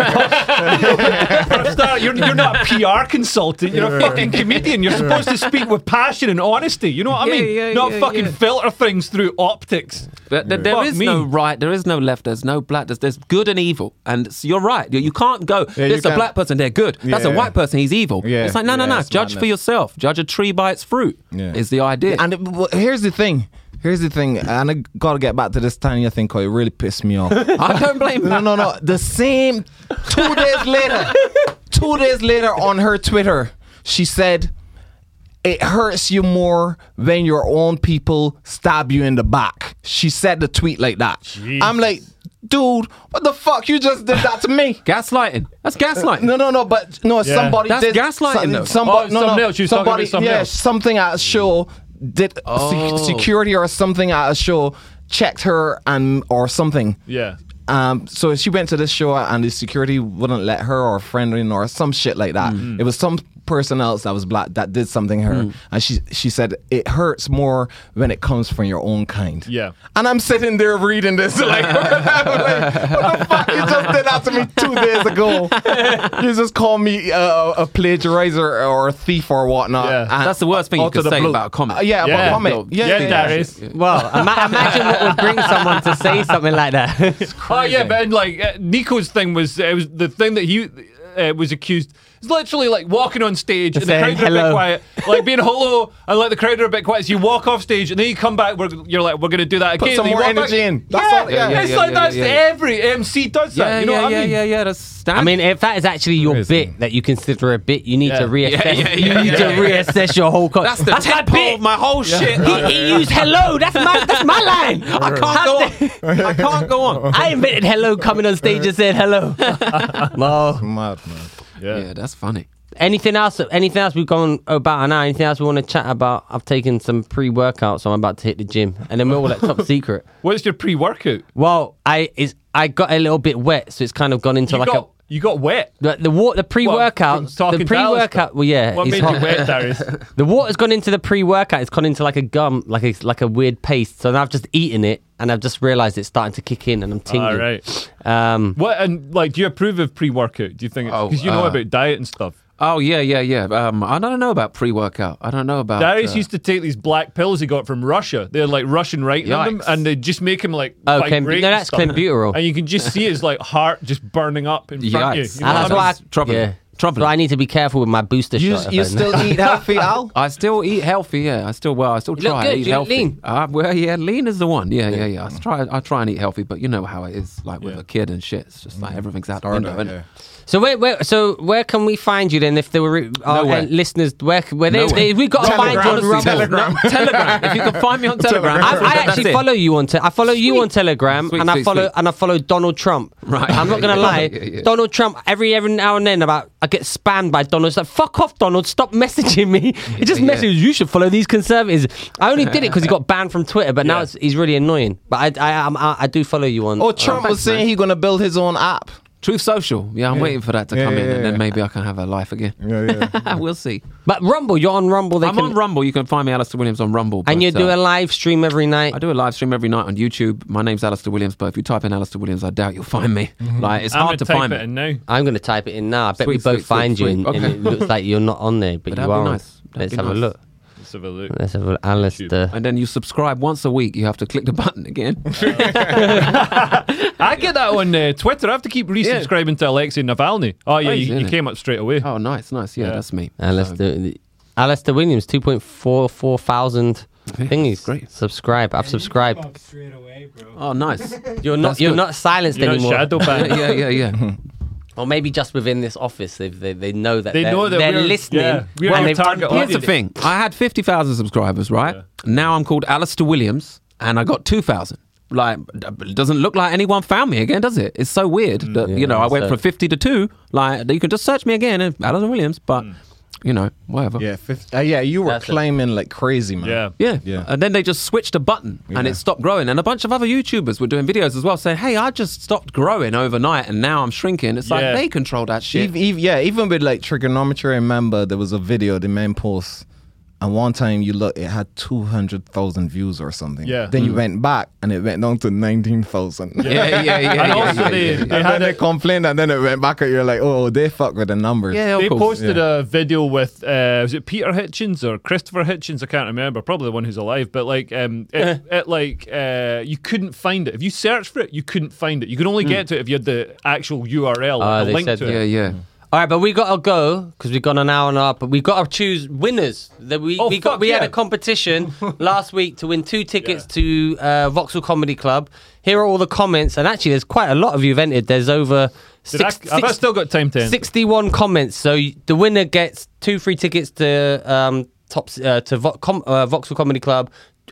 C: fuck? For a start, you're, you're not a PR consultant. You're a fucking comedian. You're supposed to speak with passion and honesty. You know what I
B: Yeah,
C: mean?
B: yeah,
C: not
B: yeah,
C: fucking
B: yeah.
C: filter things through optics.
B: But th- there
C: Fuck
B: is
C: me.
B: no right, there is no left, there's no black, there's, there's good and evil. And it's- you're right. You, you can't go,
D: you
B: there's a
D: can't-
B: black person, they're good. That's a
D: Yeah.
B: white person, he's evil.
D: Yeah,
B: It's like, no, no,
D: yeah,
B: no.
D: it's
B: Judge for
D: madness.
B: yourself. Judge a tree by its fruit
D: Yeah.
B: is the idea.
D: And it, well, here's the thing. Here's the thing, and I gotta get back to this Tanya thing because it really pissed me off.
B: I don't blame
D: no, no, no. The same two days later, two days later on her Twitter, she said, It hurts you more when your own people stab you in the back. She said the tweet like that. I'm like, dude, what the fuck? You just did that to me.
B: Gaslighting. That's gaslighting.
D: No, no, no, but no,
C: Yeah.
D: somebody
B: That's
D: did
B: gaslighting,
D: some-
B: though.
D: Somebody,
C: Oh,
D: no,
C: something
D: no,
C: else. She was talking about
D: somebody,
C: something
D: yeah,
C: else.
D: something at a show did sec-
B: Oh.
D: security or something at a show checked her and or something.
C: Yeah.
D: Um, so she went to this show and the security wouldn't let her or a friend in or some shit like that.
C: Mm.
D: It was some person else that was black that did something to her, and she she said it hurts more when it comes from your own kind.
C: Yeah.
D: and I'm sitting there reading this like, like, what the fuck? You just did that to me two days ago. You just called me uh, a plagiarizer or a thief or whatnot.
C: Yeah.
D: And-
B: That's the worst thing you
D: out
B: could
D: of the
B: say
D: blue.
B: about a comic.
D: Uh, yeah, about
C: Yeah.
D: a comic.
C: Yeah,
D: Yeah, yeah, yeah.
C: there is.
A: Well, ima- imagine what would bring someone to say something like that.
C: Oh yeah, but and, like uh, Nico's thing was it was the thing that he uh, was accused. It's literally like walking on stage and the
A: Saying
C: crowd are a bit
A: hello.
C: quiet, like being hello, and like the crowd are a bit quiet. So you walk off stage and then you come back. We're, you're like, we're gonna do that again.
D: some
C: and you
D: more
C: walk back.
D: energy in. That's
C: yeah,
D: all- yeah, yeah,
C: it's
B: yeah,
C: like
B: yeah,
C: that's
B: yeah, yeah.
C: every MC does that.
B: Yeah,
C: you know
B: yeah,
C: what
B: yeah,
C: I mean?
B: yeah, yeah. That's standard.
A: I mean, if that is actually your
D: Crazy.
A: bit that you consider a bit, you need
C: Yeah.
A: to reassess.
B: Yeah, yeah,
A: you
B: yeah,
A: need
B: yeah,
A: to
B: yeah.
A: reassess your whole. Co-
B: that's the
A: my
B: tentpole
A: bit.
B: of my whole shit.
A: he, he used hello. That's my that's my line.
B: I can't go on. I can't go on.
A: I invented hello coming on stage and said hello. well,
D: Mad man.
C: Yeah.
B: Yeah, that's funny.
A: Anything else? Anything else we've gone about an hour? Anything else we want to chat about? I've taken some pre-workout, so I'm about to hit the gym, and then we're all at top secret.
C: What's your pre-workout?
A: Well, I is I got a little bit wet, so it's kind of gone into
C: you
A: like
C: got you got wet.
A: a the, the water. The
C: Well,
A: pre-workout,
C: from talking
A: the
C: to Alistair.
A: pre-workout. Well, yeah,
C: What
A: it's
C: made
A: hot.
C: you wet, Darius?
A: The water's gone into the pre-workout. It's gone into like a gum, like a like a weird paste. So now I've just eaten it, and I've just realised it's starting to kick in, and I'm tingling.
C: All right.
A: Um,
C: What and like? Do you approve of pre-workout? Do you think?
B: Oh,
C: Because you know
B: uh,
C: about diet and stuff.
B: Oh yeah, yeah, yeah. Um, I don't know about pre-workout. I don't know about.
C: Darius
B: uh,
C: used to take these black pills he got from Russia. They're like Russian writing on them,
B: Yikes.
C: and they just make him like
A: Oh,
C: vibrate
A: clen-
C: and
A: no, that's
C: stuff.
A: clenbuterol.
C: and you can just see his like heart just burning up in front of
B: Yikes.
C: you. you
A: and
C: know what
A: Ah, that's
C: I mean?
A: why I,
B: Trouble.
A: Yeah.
B: Trouble.
A: So I need to be careful with my booster
D: You,
A: shot. if
D: you
A: I-
D: still eat healthy, Al?
B: I still eat healthy. Yeah, I still well, I still
A: You look
B: try. I
A: good,
B: eat
A: you look
B: healthy.
A: lean.
B: Uh, well, yeah, lean is the one. Yeah, yeah, yeah. I try. I try and eat healthy, but you know how it is, like with
C: Yeah.
B: a kid and shit. It's just like everything's out the
D: Harder,
B: window. innit?
D: yeah.
A: So where, where so where can we find you then? If there were our uh,
B: Nowhere.
A: listeners, where, c- where they,
B: Nowhere.
A: they we got to find you on Rumble.
D: Telegram. Telegram.
B: No, Telegram. If you can find me on Telegram,
A: I, I
B: that's
A: actually
B: it.
A: follow you on. Te- I follow you on Telegram,
B: Sweet,
A: and I
B: sweet,
A: follow
B: sweet.
A: and I follow Donald Trump.
B: Right.
A: I'm not
B: Yeah,
A: gonna
B: yeah,
A: lie.
B: yeah, yeah.
A: Donald Trump. Every every now and then, about I get spammed by Donald. It's like fuck off, Donald. Stop messaging me. It just
B: Yeah.
A: messages. You should follow these conservatives. I only did it because he got banned from Twitter, but now
C: Yeah.
A: it's, he's really annoying. But I I, I'm- I I do follow you on.
D: Oh, Trump was saying he's going to build his own app.
B: Truth Social. Yeah, I'm waiting for that to
D: Yeah,
B: come
D: yeah,
B: in, and
D: yeah,
B: then
D: yeah.
B: maybe I can have a life again.
D: Yeah, yeah.
B: we'll see.
A: but Rumble, you're on Rumble. They
B: I'm
A: can,
B: on Rumble. You can find me, Alistair Williams, on Rumble.
A: and
B: but,
A: you do
B: uh,
A: a live stream every night.
B: I do a live stream every night on YouTube. My name's Alistair Williams, but if you type in Alistair Williams, I doubt you'll find me.
A: Mm-hmm.
B: Like it's
C: I'm
B: hard
C: gonna
B: to
C: type
B: find
C: it in
B: me.
C: now.
A: I'm going to type it in now. I bet we
B: Sweet,
A: both
B: sweet,
A: find
B: sweet,
A: you, and,
B: sweet.
A: and
B: Okay.
A: it looks like you're not on there, but
B: But
A: you
B: that'd
A: are.
B: be
A: on.
B: nice. That'd
A: Let's
B: be
A: have a
B: nice.
A: look.
C: Let's have a look.
A: Let's have a look. Alistair.
B: And then you subscribe once a week. You have to click the button again.
C: I get that on uh, Twitter. I have to keep resubscribing to Alexei Navalny. Oh yeah,
B: Crazy,
C: you, you
B: innit?
C: came up straight away.
B: oh, nice, nice. Yeah,
C: Yeah.
B: that's me.
A: Alistair. Alistair Williams, 2.44 thousand
B: Yeah,
A: thingies.
B: great.
A: Subscribe. I've
E: You
A: subscribed.
E: pop straight away, bro.
B: Oh, nice.
A: You're not.
B: That's
A: You're
B: good.
A: not silenced
C: You're not
A: anymore.
C: shadow banned.
B: yeah, yeah, yeah.
A: Or maybe just within this office, they they, they know that
C: They
A: are
C: know that
A: they're
C: we're-
A: listening.
C: yeah, we're
A: when
C: our
A: they've
C: target
A: unplugged
B: Here's the
A: it.
B: thing. I had 50,000 subscribers, right? Now I'm called Alistair Williams and I got 2,000. Like, d- it doesn't look like anyone found me again, does it? It's so weird that, you know, I went
A: so-
B: from 50 to 2. Like, you can just search me again, and Alistair Williams, but, you know, whatever.
D: Yeah, fif- uh, yeah, you were
A: That's it.
D: claiming like crazy, man.
C: Yeah.
B: Yeah.
D: Yeah.
B: And then they just switched a button and
D: Yeah.
B: it stopped growing. And a bunch of other YouTubers were doing videos as well saying, hey, I just stopped growing overnight and now I'm shrinking. It's
C: Yeah.
B: like they control that shit.
D: Ev- ev- yeah, even with like trigonometry, I remember there was a video the man posts, and one time you look, it had 200,000 views or something.
C: Yeah.
D: Then you went back and it went down to 19,000.
B: yeah, yeah, yeah. yeah,
C: And also
B: yeah,
C: they,
B: yeah, yeah.
C: they
D: And then
C: had
D: they
C: a,
D: complained, and then it went back, and you're like, oh, they fuck with the numbers.
B: Yeah, of
C: they
B: course.
C: posted a video with uh, was it Peter Hitchens or Christopher Hitchens? I can't remember. Probably the one who's alive. But like, um, it,
D: Uh-huh.
C: it like uh, you couldn't find it. If you searched for it, you couldn't find it. You could only
D: Hmm.
C: get to it if you had the actual URL,
A: Ah,
C: like
A: they
C: a link
A: said
C: to
A: that.
B: Yeah,
C: it.
B: yeah.
A: All right, but we gotta go because we've got an hour and a half. But we gotta choose winners. That we
C: Oh,
A: we got
C: fuck
A: we had
C: yeah.
A: a competition last week to win two tickets to uh, Vauxhall Comedy Club. Here are all the comments, and actually, there's quite a lot of you've entered. There's over
C: Did I,
A: six,
C: have I
A: six-
C: still got time to end?
A: 61 comments. So y- the winner gets two free tickets to um top uh, to Vo- com- uh, Vauxhall Comedy Club,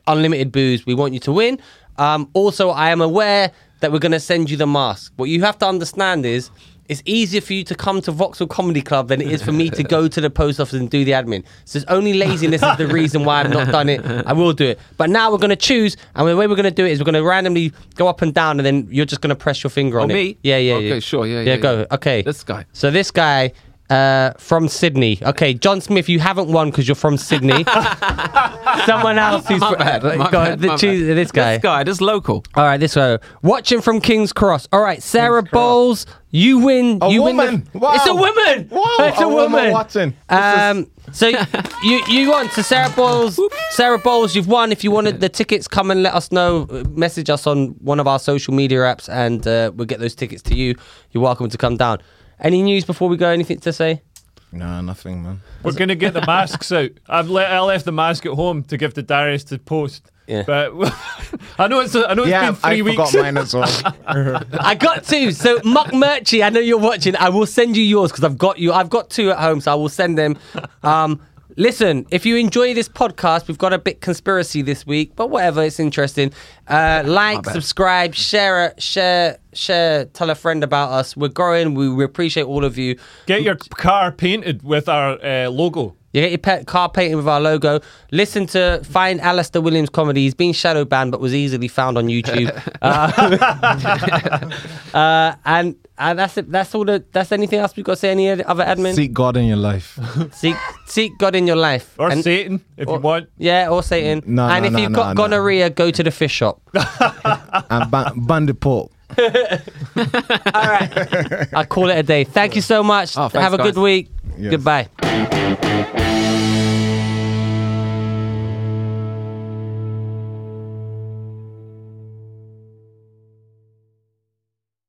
A: unlimited booze. We want you to win. Um, also, I am aware that we're going to send you the mask. What you have to understand is. It's easier for you to come to Vauxhall Comedy Club than it is for me to go to the post office and do the admin. So it's only laziness is the reason why I've not done it. I will do it. But now we're going to choose, and the way we're going to do it is we're going to randomly go up and down, and then you're just going to press your finger on it.
B: Oh, me?
A: Yeah, yeah,
B: Okay,
A: yeah.
B: sure, yeah,
A: yeah.
B: yeah,
A: Go.
B: yeah.
A: Okay.
B: This guy.
A: So this guy uh, from Sydney. Okay, John Smith, you haven't won because you're from Sydney. Someone else who's
B: My
A: fr-
B: bad, my
A: Go
B: bad,
A: on, th-
B: my
A: choose
B: bad.
A: this guy.
B: This guy, this local.
A: All right, this guy. Watching from King's Cross. All right, Sarah Bowles, you win.
D: A
A: you Win
D: woman.
A: the-
D: Wow.
A: It's a woman.
D: Wow,
A: It's a,
D: a woman watching. This is-
A: Um, so you you won. So Sarah Bowles, Sarah Bowles, you've won. If you wanted the tickets, come and let us know. Message us on one of our social media apps, and uh, we'll get those tickets to you. You're welcome to come down. Any news before we go? Anything to say?
D: Nah, nothing, man.
C: We're gonna get the masks out. I've le- I left the mask at home to give to Darius to post.
A: Yeah.
C: But I know it's I know it's
D: yeah,
C: been three
D: I
C: weeks.
D: forgot mine as well.
A: I got two. So Muck Murchie, I know you're watching. I will send you yours because I've got you. I've got two at home, so I will send them. Um, Listen, if you enjoy this podcast, we've got a bit conspiracy this week, but whatever, it's interesting. Uh, like,
B: bad.
A: subscribe, share it, share, share, tell a friend about us. We're growing. We, we appreciate all of you.
C: Get your car painted with our uh, logo.
A: You get your pet car painted with our logo. Listen to Find Alistair Williams comedy. He's been shadow banned, but was easily found on YouTube. uh, uh, and and that's it. That's all. The, that's anything else we've got to say. Any other admin?
D: Seek God in your life.
A: seek, seek God in your life.
C: Or
A: And-
C: Satan, if
D: Oh.
C: you
A: or-
C: want.
A: Yeah, or Satan.
D: No,
A: and
D: no,
A: if
D: no,
A: you've
D: no,
A: got
D: no.
A: gonorrhea, go to the fish shop.
D: and ba- Bandiport.
A: All right. I call it a day. Thank you so much.
B: Oh, thanks,
A: Have a
B: guys.
A: good week.
D: Yes.
A: Goodbye.